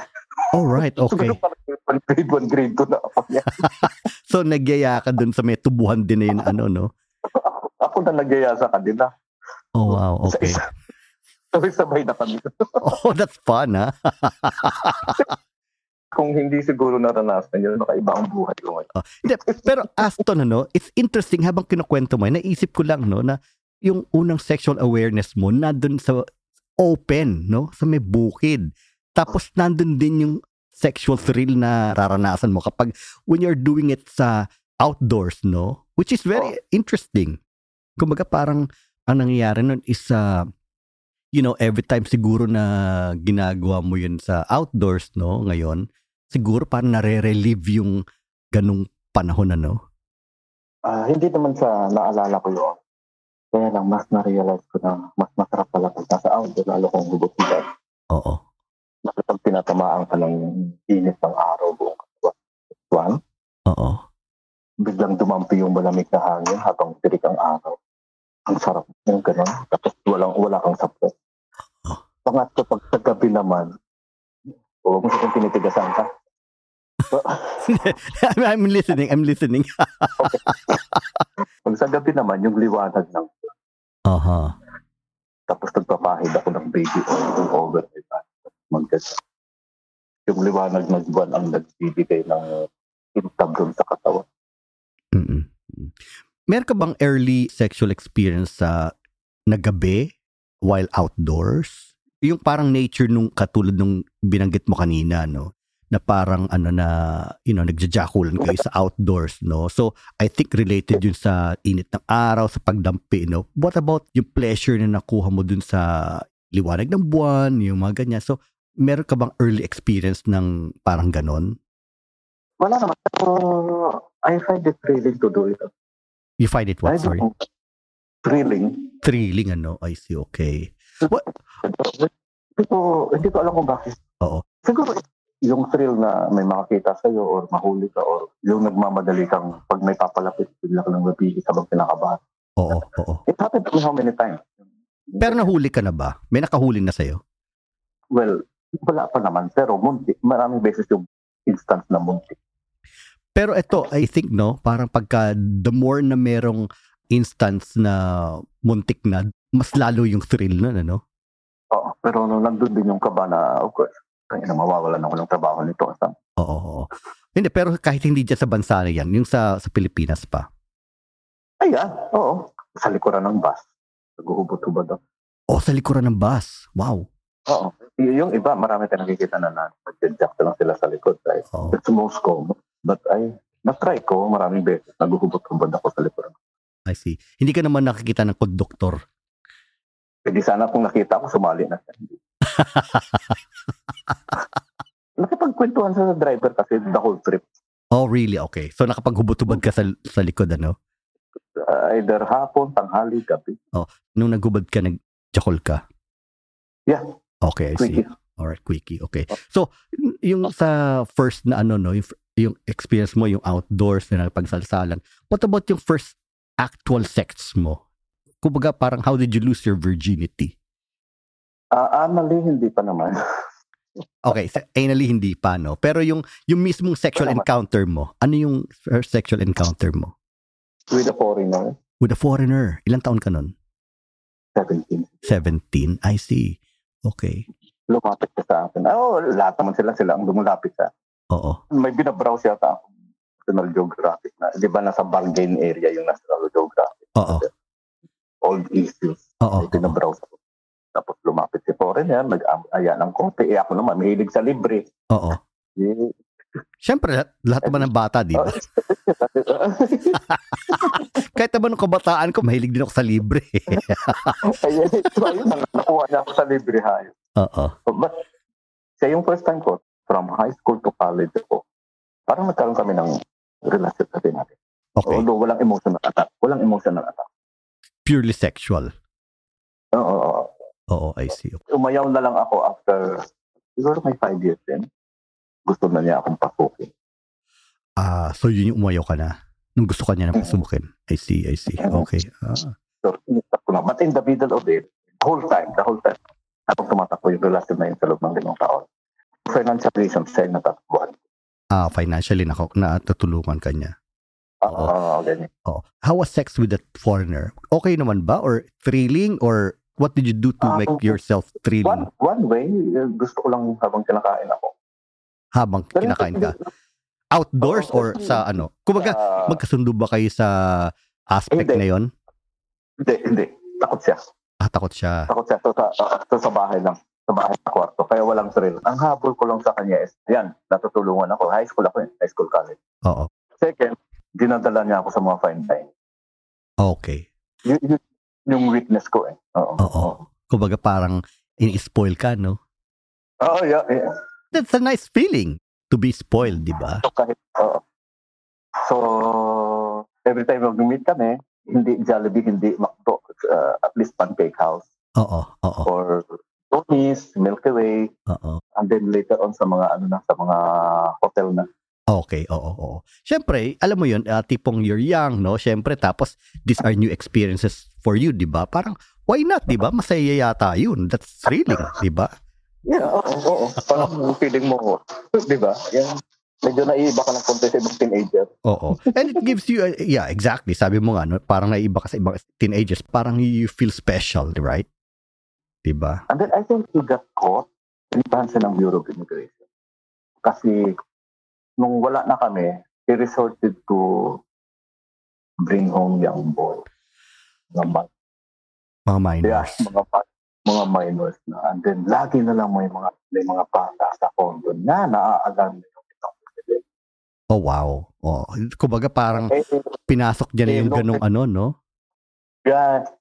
Speaker 1: All right,
Speaker 2: So,
Speaker 1: okay.
Speaker 2: ganun parang grade 1, grade 2 na ako niya.
Speaker 1: So nagyaya ka doon sa may tubuhan din na yun, ano, no?
Speaker 2: Ako na nagyaya sa kanila.
Speaker 1: Oh, wow. Okay.
Speaker 2: Sabay-sabay na kami.
Speaker 1: Oh, that's fun, ha?
Speaker 2: Kung hindi siguro naranasan yun, nakaiba ang buhay ko ngayon.
Speaker 1: Ah, Hindi, pero Aston, ano, it's interesting habang kinukwento mo, yun, naisip ko lang, no, na yung unang sexual awareness mo nandun sa open, no, sa may bukid. Tapos nandun din yung sexual thrill na raranasan mo kapag when you're doing it sa outdoors, no, which is very interesting. Kumbaga parang ang nangyayari nun is ah, you know, every time siguro na ginagawa mo yun sa outdoors, no, ngayon, siguro parang nare-relieve yung ganung panahon, ano?
Speaker 2: Ah, hindi naman sa naalala ko yun. Kaya lang, mas na-realize ko na mas masarap pala pag nasa outdoor, lalo kong gugupitan.
Speaker 1: Oo.
Speaker 2: Kapag tinatamaan ka lang yung init ng araw buong kapwa. One,
Speaker 1: Oo.
Speaker 2: biglang dumampi yung malamig na hangin habang tirik ang araw. Ang sarap ng ganun. Tapos walang, wala kang support.
Speaker 1: Oh.
Speaker 2: Pangatlo, pag sa gabi naman, huwag mo siya tinitigasan ka.
Speaker 1: I'm, I'm listening, I'm listening.
Speaker 2: Pag sa gabi naman, yung liwanag ng
Speaker 1: Aha.
Speaker 2: Tapos nagpapahid ako ng baby oil yung over my back. Magkasa. Yung liwanag ng buwan ang nagbibigay ng kintab doon sa katawan.
Speaker 1: Mm-mm. Meron ka bang early sexual experience sa nagabi while outdoors? Yung parang nature nung katulad nung binanggit mo kanina, no? Na parang ano na, you know, nagjajakulan kayo sa outdoors, no? So, I think related yun sa init ng araw, sa pagdampi, no? What about yung pleasure na nakuha mo dun sa liwanag ng buwan, yung mga ganyan? So, meron ka bang early experience ng parang ganon?
Speaker 2: Wala naman. Uh, I find it thrilling to do it.
Speaker 1: You find it what?
Speaker 2: I
Speaker 1: Sorry.
Speaker 2: don't know. Thrilling.
Speaker 1: Thrilling, ano? I see, okay.
Speaker 2: Hindi ko, hindi ko alam kung bakit.
Speaker 1: Oo.
Speaker 2: Siguro yung thrill na may makakita sa'yo or mahuli ka or yung nagmamadali kang pag may papalapit bigla ka ng mabili habang kinakabahan.
Speaker 1: Oo, oo.
Speaker 2: It happened to me how many times?
Speaker 1: Pero nahuli ka na ba? May nakahuli na sa'yo?
Speaker 2: Well, wala pa naman. Pero munti, maraming beses yung instance na munti.
Speaker 1: Pero ito, I think, no? Parang pagka the more na merong instance na muntik na, mas lalo yung thrill nun, ano?
Speaker 2: Oo, pero nung nandun din yung kaba na, of course, kaya na mawawalan ako ng trabaho nito. Sa-
Speaker 1: Oo, oo. Hindi, pero kahit hindi dyan sa bansa na yan, yung sa, sa Pilipinas pa.
Speaker 2: Ay, ah, oo. Sa likuran ng bus. Nag-uubot-ubot ako.
Speaker 1: O, Oh, sa likuran ng bus. Wow.
Speaker 2: Oo. Y- Yung iba, marami tayong nakikita na na nag-jack na lang sila sa likod. Right?
Speaker 1: Oo.
Speaker 2: It's most common. But I, na-try ko maraming beses. Naguhubot-hubot ako sa likuran.
Speaker 1: I see. Hindi ka naman nakikita ng conductor.
Speaker 2: Pwede sana kung nakita ko, sumali na siya. Nakipagkwentuhan sa driver kasi the whole trip.
Speaker 1: Oh, really? Okay. So, nakapaghubot-hubad ka sa, sa likod, ano?
Speaker 2: Uh, either hapon, tanghali, gabi.
Speaker 1: Nung naghubad ka, nag-chakol ka?
Speaker 2: Yeah.
Speaker 1: Okay, I see.
Speaker 2: Quickie.
Speaker 1: Alright, quickie. Okay. So, y- yung sa first na ano, no, yung, f- yung experience mo, yung outdoors na nagpagsalsalan, what about yung first actual sex mo? Kumbaga, parang how did you lose your virginity?
Speaker 2: Ah, anali, hindi pa naman.
Speaker 1: Okay, sa anally hindi pa, no? Pero yung, yung mismong sexual
Speaker 2: Wala naman.
Speaker 1: encounter mo, ano yung first sexual encounter mo?
Speaker 2: With a foreigner,
Speaker 1: With a foreigner, ilang taon ka nun?
Speaker 2: 17.
Speaker 1: 17, I see. Okay,
Speaker 2: Lumapit ka sa akin. Oo, oh, lahat naman sila sila ang lumulapit sa
Speaker 1: oo.
Speaker 2: May binabrowse yata ako. National Geographic na. Di ba nasa Bargain area yung National Geographic?
Speaker 1: Oo,
Speaker 2: Old issues.
Speaker 1: oo.
Speaker 2: May binabrowse ako. Tapos lumapit si foreigner, ah, nag-aya ng kote. Eh ako naman, mahilig sa libre.
Speaker 1: Oo.
Speaker 2: Eh,
Speaker 1: Siyempre, lahat, lahat naman ng bata, di ba? Kahit naman nung kabataan ko, mahilig din ako sa libre. eh.
Speaker 2: Ayun, so yun ang nakuha niya ako sa libre hayo.
Speaker 1: Oo.
Speaker 2: But siya yung first time ko, from high school to college ako, parang nagkaroon kami ng relasyon sa natin.
Speaker 1: Okay.
Speaker 2: Although walang emotional attack. Walang emotional attack.
Speaker 1: Purely sexual.
Speaker 2: Oo, oo, oo.
Speaker 1: Oo, I see.
Speaker 2: Umayaw na lang ako after, siguro may five years din. Gusto na niya akong pasukin.
Speaker 1: Ah, so yun yung umayaw ka na. Nung gusto ka niya nang pasubukin. I see, I see. Okay. Ah,
Speaker 2: So, inisap ko na. But in the middle of it, the whole time, the whole time, habang tumatakbo yung relasyon na yun sa loob ng limang taon. Financial reasons, siya yung natakbuhan.
Speaker 1: ah financially na natutulungan ka niya.
Speaker 2: Ah,
Speaker 1: Oo.
Speaker 2: ah, ganyan.
Speaker 1: Oh. How was sex with that foreigner? Okay naman ba? Or thrilling? Or what did you do to
Speaker 2: Ah,
Speaker 1: make
Speaker 2: okay.
Speaker 1: yourself thrilling
Speaker 2: One, one way, eh, gusto ko lang habang kinakain ako.
Speaker 1: habang
Speaker 2: Pero
Speaker 1: kinakain ka? Outdoors
Speaker 2: Oo,
Speaker 1: or sa ano? Kumbaga,
Speaker 2: ah,
Speaker 1: magkasundo ba kayo sa aspect
Speaker 2: Hindi.
Speaker 1: na yon?
Speaker 2: hindi, hindi. Takot siya.
Speaker 1: Ah, takot siya.
Speaker 2: Takot siya. So, sa, so, sa bahay lang. Sa bahay sa kwarto. Kaya walang thrill. Ang habol ko lang sa kanya is, yan, natutulungan ako. High school ako eh. High school college.
Speaker 1: Oo.
Speaker 2: Second, dinadala niya ako sa mga fine time.
Speaker 1: Okay.
Speaker 2: Yun, yun, yung witness ko eh. Oo.
Speaker 1: Oo. Kumbaga parang in-spoil ka, no?
Speaker 2: Oo, yeah, yeah.
Speaker 1: That's a nice feeling to be spoiled, di ba?
Speaker 2: So, kahit, oo. so, every time mag-meet kami, hindi Jollibee, hindi McDo, uh, at least Pancake House
Speaker 1: Oo, oo,
Speaker 2: or Tony's, Milky Way,
Speaker 1: oo.
Speaker 2: and then later on sa mga ano na sa mga hotel na.
Speaker 1: Okay, oo, oo. Siyempre, alam mo yun, ah, tipong you're young, no? Siyempre, tapos these are new experiences for you, di ba? Parang, why not, di ba? Masaya yata yun. That's thrilling, di ba?
Speaker 2: Yeah, oo, oo. Parang feeling mo, di ba? Yan. Medyo naiiba ka ng konti sa ibang teenager.
Speaker 1: Oo. And it gives you, a- yeah, exactly. Sabi mo nga, no? parang naiba ka sa ibang teenagers. Parang you feel special, right? Diba?
Speaker 2: And then I think he got caught. Pinipahan siya ng Bureau of Immigration. Kasi nung wala na kami, he resorted to bring home young boy. Mga, ma-
Speaker 1: Mga
Speaker 2: yeah,
Speaker 1: minors.
Speaker 2: mga, ma- mga minors na. And then lagi na lang may mga, may mga bata sa condo na naaalam na yung itong president.
Speaker 1: Oh, wow. Oh, kumbaga parang
Speaker 2: Eh,
Speaker 1: pinasok dyan na
Speaker 2: Eh,
Speaker 1: yung
Speaker 2: no,
Speaker 1: ganong ano, no?
Speaker 2: God.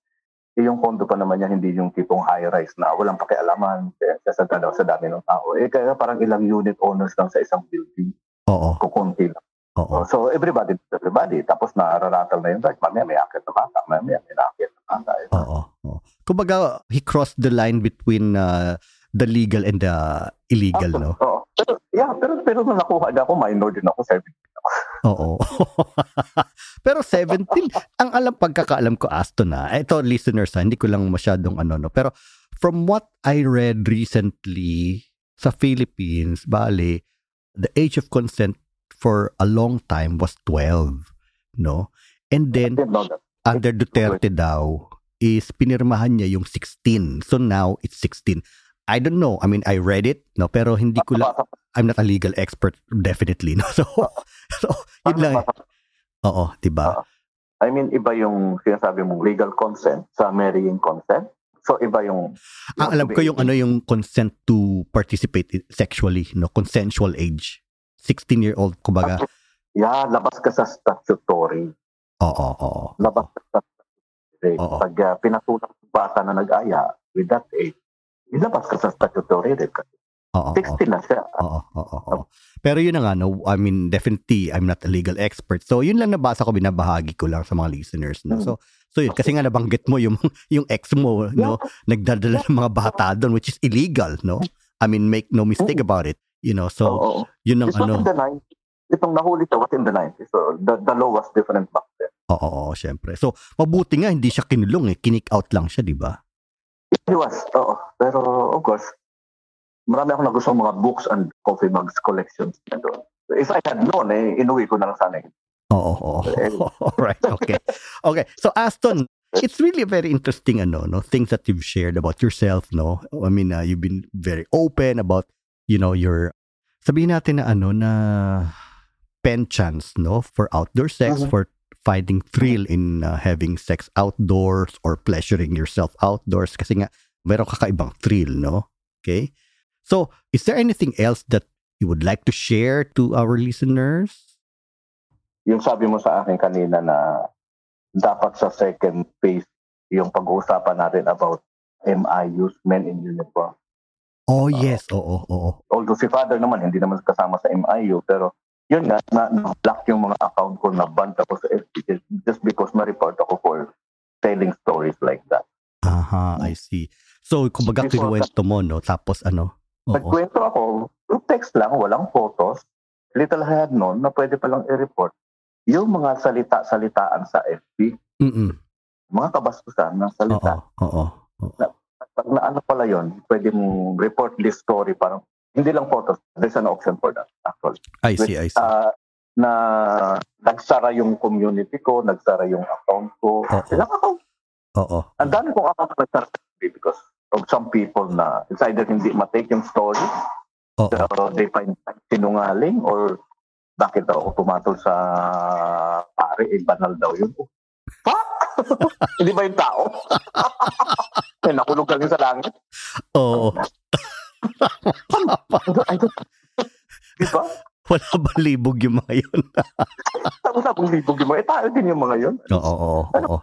Speaker 2: Eh, yung condo pa naman niya, hindi yung tipong high-rise na walang pakialaman kaya siya sa, dalaw, sa dami ng tao. Eh, kaya parang ilang unit owners lang sa isang building,
Speaker 1: Oo,
Speaker 2: kukunti lang.
Speaker 1: oo.
Speaker 2: So, everybody to everybody. Tapos, nararatal na yung bike. Mamaya, may akit na bata. Mamaya, may nakakit na bata. Eh,
Speaker 1: Oo. oo. Kumbaga, he crossed the line between uh, the legal and the illegal,
Speaker 2: ako-
Speaker 1: no?
Speaker 2: Oo. Pero, yeah, pero, pero nung nakuha na ako, minor din ako. Sabi,
Speaker 1: Oo. Pero 17, ang alam pagkakaalam ko Aston na. Ito listeners ha, hindi ko lang masyadong ano no. Pero from what I read recently sa Philippines, bali the age of consent for a long time was 12, no? And then
Speaker 2: didn't know that.
Speaker 1: under Duterte daw is pinirmahan niya yung 16. So now it's 16. I don't know. I mean, I read it, no? Pero hindi ko lang,
Speaker 2: Bata-
Speaker 1: I'm not a legal expert, definitely, no? So, so yun lang. eh.
Speaker 2: bata-
Speaker 1: Oo, diba? 'di ba?
Speaker 2: I mean, iba yung sinasabi mong legal consent sa marrying consent. So, iba yung...
Speaker 1: Ang alam ko yung ano yung consent to participate in- sexually, no, consensual age. 16 year old
Speaker 2: Ah,
Speaker 1: kumbaga.
Speaker 2: Yeah, labas ka sa statutory.
Speaker 1: Oo, oo.
Speaker 2: labas sa rate.
Speaker 1: Oo.
Speaker 2: Pag uh, pinatulang yung bata na nag-aya with that age, ilabas ka sa statutory rate. Kasi
Speaker 1: Oo, oo.
Speaker 2: 16 na siya.
Speaker 1: Oo, oo, oo. Pero yun na nga, no, I mean, definitely, I'm not a legal expert. So, yun lang nabasa ko, binabahagi ko lang sa mga listeners. No?
Speaker 2: Mm.
Speaker 1: So, so yun, kasi nga nabanggit mo yung, yung ex mo, no, nagdadala ng mga bata doon, which is illegal, no? I mean, make no mistake about it. You know,
Speaker 2: Yeah.
Speaker 1: so,
Speaker 2: Oo.
Speaker 1: yun ang
Speaker 2: This was
Speaker 1: ano.
Speaker 2: in the 90s. Itong nahuli siya was in the 90s. So the, the law was different back then.
Speaker 1: Oo, oo, syempre. So, mabuti nga, hindi siya kinulong eh. Kinik out lang siya, di ba?
Speaker 2: It was, oo. Pero of course, marami akong nagustuhan mga books and coffee mugs collections na doon. So, If I had known, eh, inuwi ko na lang sana. yun.
Speaker 1: Oo, oo.
Speaker 2: Eh.
Speaker 1: Oh, All right. Okay. Okay. So Aston, it's really a very interesting ano, no, things that you've shared about yourself, no. I mean, uh, you've been very open about, you know, your sabihin natin na ano na penchants, no, for outdoor sex,
Speaker 2: Mhm.
Speaker 1: for finding thrill in uh, having sex outdoors or pleasuring yourself outdoors kasi nga meron kakaibang thrill, no? Okay? So, is there anything else that you would like to share to our listeners?
Speaker 2: Yung sabi mo sa akin kanina na dapat sa second phase yung pag-uusapan natin about MIUs, men in uniform.
Speaker 1: Oh,
Speaker 2: Oo.
Speaker 1: yes. Oo, oo,
Speaker 2: although si father naman hindi naman kasama sa MIU pero yun nga na, na block yung mga account ko na banned ako sa FB just because ma-report ako for telling stories like that.
Speaker 1: Aha,
Speaker 2: Hmm.
Speaker 1: I see. So, kumbaga
Speaker 2: Before that-
Speaker 1: kinuwento mo, no? Tapos ano? Oo.
Speaker 2: Nagkwento ako, through text lang, walang photos, little had noon na pwede palang i-report yung mga salita-salitaan sa FB,
Speaker 1: Mm-mm.
Speaker 2: mga kabastusan ng
Speaker 1: Oo,
Speaker 2: salita.
Speaker 1: oo.
Speaker 2: Pag naano pala yun, pwede mong report this story parang hindi lang photos. There's an option for that actually.
Speaker 1: I see, I see.
Speaker 2: ah, na nagsara yung community ko, nagsara yung account ko.
Speaker 1: Oo.
Speaker 2: Ilang account?
Speaker 1: Oo.
Speaker 2: Ang dami kong account na nagsara because of some people na it's either hindi matake yung story,
Speaker 1: Oo.
Speaker 2: pero they find sinungaling or bakit daw ako tumatol sa pare, eh banal daw yun. Fuck! hindi ba yung tao? eh, nakulog ka rin sa langit.
Speaker 1: Oo.
Speaker 2: I don't, di ba?
Speaker 1: Wala ba libog yung mga yun?
Speaker 2: Tapos sabong libog yung mga, eh tayo din yung mga yun.
Speaker 1: Oo, oo, oo.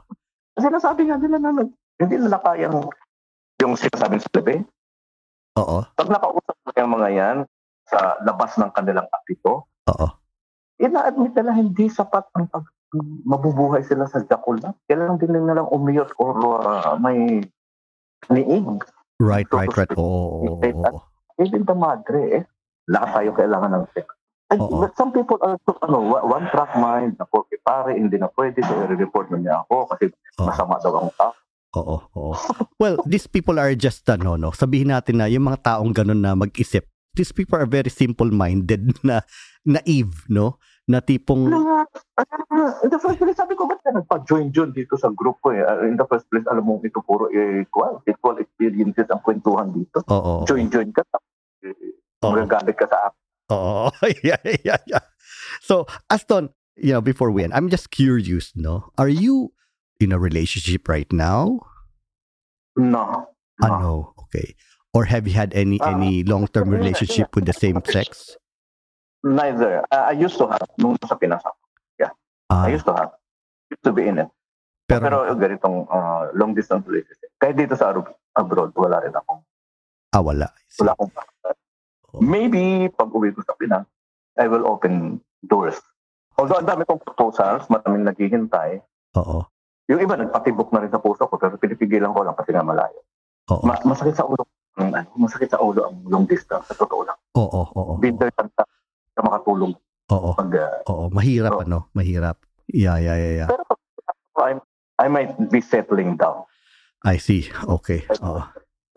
Speaker 2: Kasi nasabi nga nila na nag- hindi nila kayang Yung sinasabi sa labi.
Speaker 1: Oo.
Speaker 2: Pag nakausap mo yung mga yan sa labas ng kanilang apito,
Speaker 1: Oo.
Speaker 2: ina-admit nila hindi sapat ang pag mabubuhay sila sa Jacola. Kailangan din nilang umiyot or uh, may niing.
Speaker 1: Right,
Speaker 2: Ano?
Speaker 1: right, right. Oo. oo, oo, oo.
Speaker 2: Even the madre, eh. Lahat tayo kailangan ng sex. And,
Speaker 1: Oo.
Speaker 2: but some people are so, ano, wa- one track mind, na porke pare, hindi na pwede, so i-report na niya ako kasi
Speaker 1: Oo.
Speaker 2: masama daw ang tao.
Speaker 1: Oo, oo. Well, these people are just ano, no. Sabihin natin na yung mga taong ganun na mag-isip, these people are very simple-minded na naive, no? Na tipong
Speaker 2: Ano nga, ah, in the first place, sabi ko, ba't ka nagpa-join-join dito sa group ko eh? Ah, In the first place, alam mo, ito puro equal, equal experiences ang kwentuhan dito.
Speaker 1: oo.
Speaker 2: Join-join ka, tapos, eh,
Speaker 1: oo.
Speaker 2: magagalit ka sa akin.
Speaker 1: Oo. Oh, yeah, yeah, yeah. So, Aston, you know, before we end, I'm just curious, no? Are you in a relationship right now?
Speaker 2: No. no.
Speaker 1: Ano? Okay. Or have you had any
Speaker 2: Ah.
Speaker 1: any long-term relationship with the same sex?
Speaker 2: Neither. Ah, I used to have, nung sa Pinas ako. I
Speaker 1: Ah,
Speaker 2: used to have. Used to be in it.
Speaker 1: pero
Speaker 2: Pero ganitong ah, long distance relationship. Kahit dito sa Arab- abroad, wala rin ako.
Speaker 1: ah, wala.
Speaker 2: Wala akong Maybe pag uwi ko sa Pinas, I will open doors. Although ang dami kong proposals, maraming naghihintay.
Speaker 1: Oo.
Speaker 2: Yung iba nagpatibok na rin sa puso ko pero pinipigilan ko lang kasi nga malayo.
Speaker 1: Oo.
Speaker 2: Ma- masakit sa ulo ang ano, masakit sa ulo ang long distance sa totoo lang.
Speaker 1: Oo, oo.
Speaker 2: Binder ka sa sa makatulong
Speaker 1: Oo.
Speaker 2: pag uh,
Speaker 1: Oo, mahirap
Speaker 2: Oo.
Speaker 1: ano, mahirap. Yeah, yeah, yeah, yeah.
Speaker 2: pero pag I'm, I might be settling down.
Speaker 1: I see. Okay. Oo.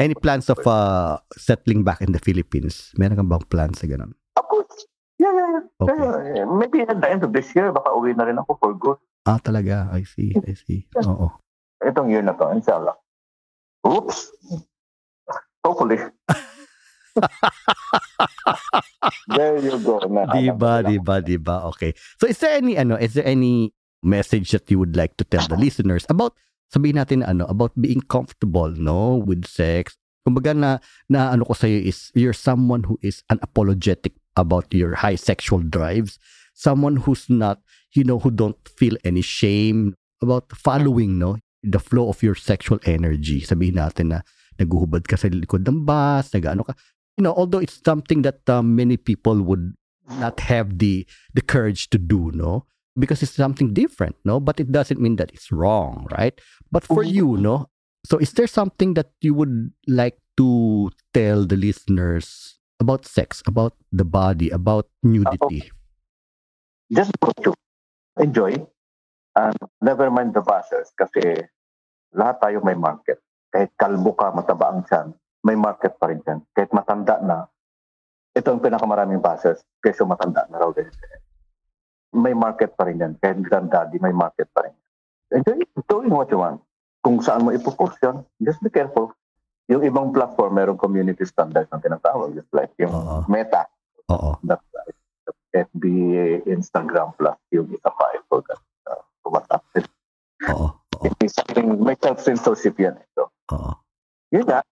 Speaker 1: Any plans of uh, settling back in the Philippines? Meron kang bang plans sa ganun?
Speaker 2: Of course. Yeah, yeah, yeah.
Speaker 1: Okay.
Speaker 2: Yeah, Maybe at the end of this year, baka uwi na rin ako for good.
Speaker 1: Ah, talaga. I see. I see. Oo.
Speaker 2: Itong year na to, inshallah. Oops. Hopefully. There you go. Na,
Speaker 1: Diba, diba, diba. Okay. So is there any ano, is there any message that you would like to tell the listeners about sabihin natin ano, about being comfortable, no, with sex? Kumbaga na na ano ko sa is you're someone who is unapologetic about your high sexual drives, someone who's not, you know, who don't feel any shame about following, no, the flow of your sexual energy. Sabihin natin na naguhubad ka sa likod ng bus, nag-ano ka. You know, although it's something that uh, many people would not have the the courage to do no because it's something different no but it doesn't mean that it's wrong right but for you no so is there something that you would like to tell the listeners about sex about the body about nudity
Speaker 2: Just go to. Enjoy. And never mind the bashers kasi lahat tayo may market. Kahit kalbo ka, mataba ang tiyan, may market pa rin dyan. Kahit matanda na, ito ang pinakamaraming bashers kaysa matanda na raw din. May market pa rin yan. Kahit granddaddy, may market pa rin. Enjoy doing what you want. Kung saan mo ipopost yun, just be careful. Yung ibang platform, merong community standards na tinatawag. Just like yung
Speaker 1: Oo.
Speaker 2: meta,
Speaker 1: oo
Speaker 2: that FB, Instagram plus yung isa pa ito that uh, WhatsApp.
Speaker 1: oo
Speaker 2: It is something, may self-censorship yan. eh. So,
Speaker 1: oo
Speaker 2: yun na,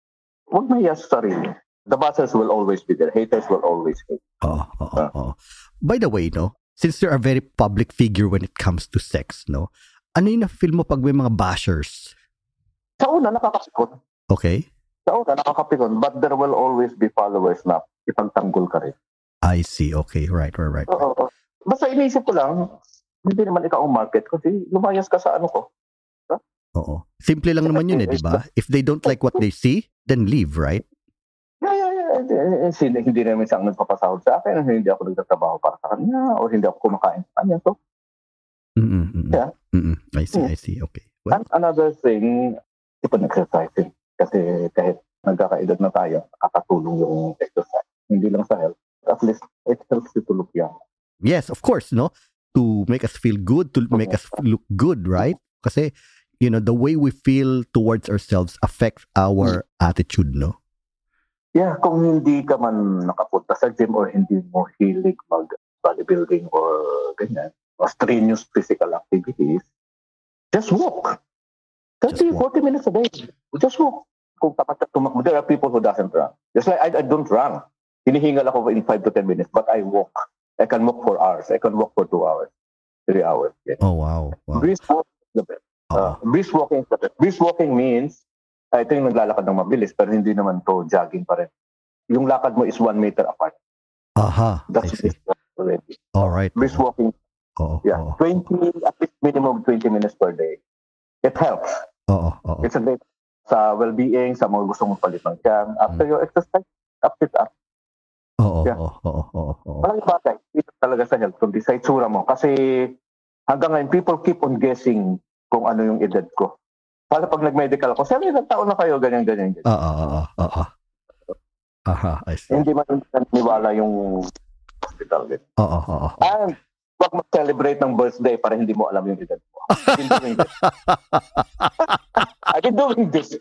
Speaker 2: huwag mahiya sa sarili. The bashers will always be there. Haters will always hate.
Speaker 1: Oo, oo, oo. By the way, no, since you're a very public figure when it comes to sex, no, ano yung na-feel mo pag may mga bashers?
Speaker 2: Sa una, nakakapikon.
Speaker 1: Okay?
Speaker 2: Sa una, nakakapikon. But there will always be followers na ipagtanggol ka rin.
Speaker 1: I see. Okay, right, right, right.
Speaker 2: Oo. oo. Basta iniisip ko lang, hindi naman ikaw ang market kasi lumayas ka sa ano ko.
Speaker 1: Oo. Simple lang naman yun eh, di ba? If they don't like what they see, then leave, right?
Speaker 2: Yeah, yeah, yeah. Eh, eh, eh, Hindi, hindi naman siya ang nagpapasahod sa akin. Hindi ako nagtatrabaho para sa kanya. O hindi ako kumakain sa kanya. So,
Speaker 1: Mm-mm, mm-mm.
Speaker 2: Yeah.
Speaker 1: Mm-mm. I see, I see. Okay. Well,
Speaker 2: And another thing, ipag-exercise din. Kasi kahit nagkakaedad na tayo, nakakatulong yung exercise. Hindi lang sa health. At least, it helps you to look young.
Speaker 1: yes, of course, no? To make us feel good, to make us look good, right? Kasi, you know, the way we feel towards ourselves affects our
Speaker 2: Mm.
Speaker 1: attitude, no?
Speaker 2: Yeah, kung hindi ka man nakapunta sa gym or hindi mo hilig mag-bodybuilding or ganyan, or strenuous physical activities, just walk.
Speaker 1: Just
Speaker 2: 30,
Speaker 1: walk.
Speaker 2: 40 minutes a day. Just walk. Kung tapat at tumakbo, there are people who doesn't run. Just like I, I don't run. Hinihingal ako in 5 to 10 minutes, but I walk. I can walk for hours. I can walk for 2 hours, 3 hours. Yeah.
Speaker 1: Oh, wow. wow.
Speaker 2: Brisk walk is the best.
Speaker 1: Oo.
Speaker 2: Uh, brisk walking is the best. Brisk walking means Ah, ito yung naglalakad ng mabilis, pero hindi naman to jogging pa rin. Yung lakad mo is one meter apart.
Speaker 1: Aha. I
Speaker 2: That's
Speaker 1: see.
Speaker 2: brisk walking already.
Speaker 1: All right.
Speaker 2: Brisk walking,
Speaker 1: Oo.
Speaker 2: yeah.
Speaker 1: Oo.
Speaker 2: 20, at least minimum 20 minutes per day. It helps.
Speaker 1: Oo. Oo.
Speaker 2: It's a great sa well-being, sa mga gusto mong palitan dyan. After
Speaker 1: Hmm.
Speaker 2: your exercise, up it up.
Speaker 1: Oo.
Speaker 2: Yeah.
Speaker 1: Oo. Oo. Oo. Oo.
Speaker 2: Maraming bagay. Dito talaga sa health, kundi sa itsura mo. Kasi hanggang ngayon, people keep on guessing kung ano yung edad ko. Para pag nag-medical ako, sabi, ilang taon na kayo, ganyan, ganyan, ganyan.
Speaker 1: Oo. Oo. Oo. Aha. Uh-huh. I see.
Speaker 2: Hindi man niwala yung hospital. ganyan.
Speaker 1: Oo. Oo. oo.
Speaker 2: And, huwag mag-celebrate ng birthday para hindi mo alam yung edad mo. I've been doing this. I've been doing this.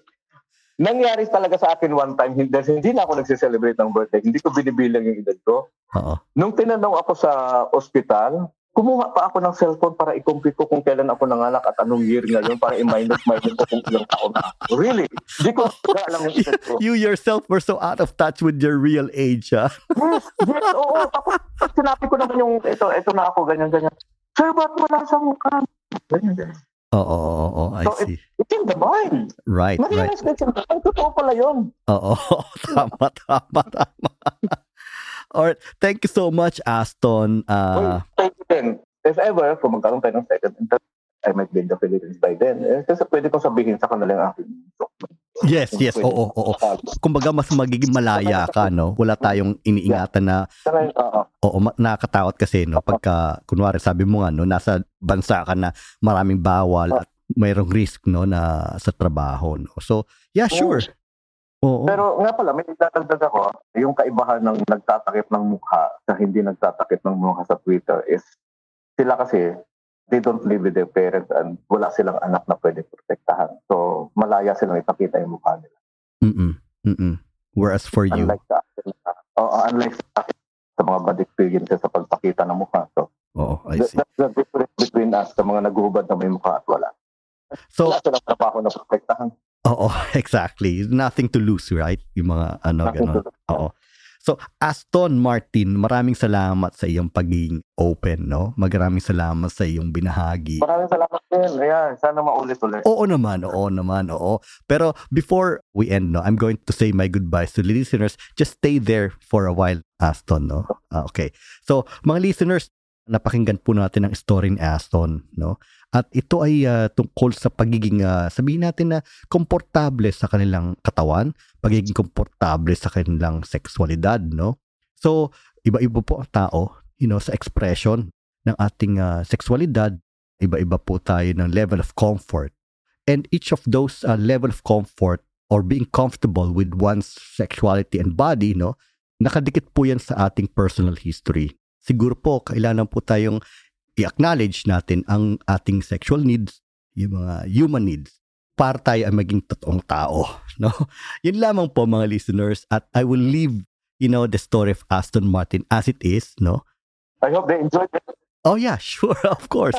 Speaker 2: Nangyari talaga sa akin one time, hindi, hindi na ako nagse-celebrate ng birthday. Hindi ko binibilang yung edad ko.
Speaker 1: Oo.
Speaker 2: Nung tinanong ako sa ospital, kumuha pa ako ng cellphone para i-compute ko kung kailan ako nanganak at anong year ngayon para i-minus-minus ko kung ilang taon na ako. Really? Hindi ko talaga alam yung edad ko.
Speaker 1: You yourself were so out of touch with your real age, ah.
Speaker 2: Yes, yes, oo. Tapos sinabi ko naman yung ito, ito na ako, ganyan, ganyan. Sir, ba't wala sa mukha? Ganyan, ganyan.
Speaker 1: Oo. Oo. Oo. I
Speaker 2: So,
Speaker 1: see.
Speaker 2: It's in the mind.
Speaker 1: Right. Right.
Speaker 2: Marinas right. na siya. Ay, totoo pala yun.
Speaker 1: Oo. Tama. Tama. Tama. All right. Thank you so much, Aston. Uh,
Speaker 2: Well, thank you then. If ever, kung magkaroon tayo ng second interview, I might be in the Philippines by then. Eh, kasi pwede kong sabihin sa kanila yung aking
Speaker 1: yes. Yes. Oo. Oo. Kumbaga, mas magiging malaya ka, no? Wala tayong iniingatan na
Speaker 2: Saka, oo.
Speaker 1: Oo, ma- nakakatakot kasi no pagka kunwari sabi mo nga no nasa bansa ka na maraming bawal at mayroong risk no na sa trabaho no. So, yeah, sure. Oo.
Speaker 2: Pero nga pala, may dadagdag ako. Yung kaibahan ng nagtatakip ng mukha sa hindi nagtatakip ng mukha sa Twitter is sila kasi they don't live with their parents and wala silang anak na pwede protektahan. So, malaya silang ipakita yung mukha nila.
Speaker 1: mm mm Whereas for you,
Speaker 2: Unlike sa akin. Oo, unlike sa akin sa mga bad experiences sa pagpakita ng mukha. So,
Speaker 1: oo, I
Speaker 2: that-
Speaker 1: see.
Speaker 2: that's the difference between us sa mga naguhubad na may mukha at wala.
Speaker 1: So,
Speaker 2: Wala silang trabaho na protektahan.
Speaker 1: oo, exactly. Nothing to lose, right? Yung mga ano
Speaker 2: Nothing
Speaker 1: ganun.
Speaker 2: to do.
Speaker 1: Oo. So, Aston Martin, maraming salamat sa iyong pagiging open, no? Maraming salamat sa iyong binahagi.
Speaker 2: Maraming salamat din. Ayan, sana maulit-ulit.
Speaker 1: Oo naman, oo naman, oo. Pero before we end, no, I'm going to say my goodbyes to the listeners. Just stay there for a while, Aston, no? Ah, okay. So, mga listeners, napakinggan po natin ang story ni Aston, no? At ito ay ah, tungkol sa pagiging, ah, sabihin natin na komportable sa kanilang katawan, pagiging komportable sa kanilang sexualidad, no? So, iba-iba po ang tao, you know, sa expression ng ating ah, sexualidad, iba-iba po tayo ng level of comfort. And each of those uh, level of comfort or being comfortable with one's sexuality and body, no, nakadikit po yan sa ating personal history. Siguro po, kailangan po tayong i-acknowledge natin ang ating sexual needs, yung mga human needs, para tayo ay maging totoong tao. No? Yun lamang po mga listeners at I will leave you know, the story of Aston Martin as it is, no?
Speaker 2: I hope they enjoyed it.
Speaker 1: Oh yeah, sure, of course.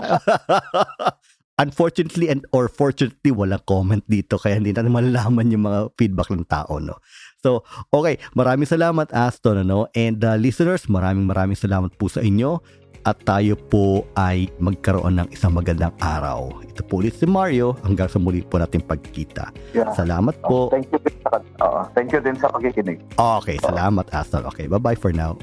Speaker 1: Unfortunately and or fortunately, walang comment dito kaya hindi natin malalaman yung mga feedback ng tao, no? So, okay, maraming salamat Aston, ano? And uh, listeners, maraming maraming salamat po sa inyo at tayo po ay magkaroon ng isang magandang araw. Ito po ulit si Mario hanggang sa muli po natin pagkita.
Speaker 2: Yeah.
Speaker 1: Salamat po.
Speaker 2: Oh, thank you din sa, oo, thank you din sa pakikinig.
Speaker 1: Okay, salamat Aston. Okay, bye-bye for now.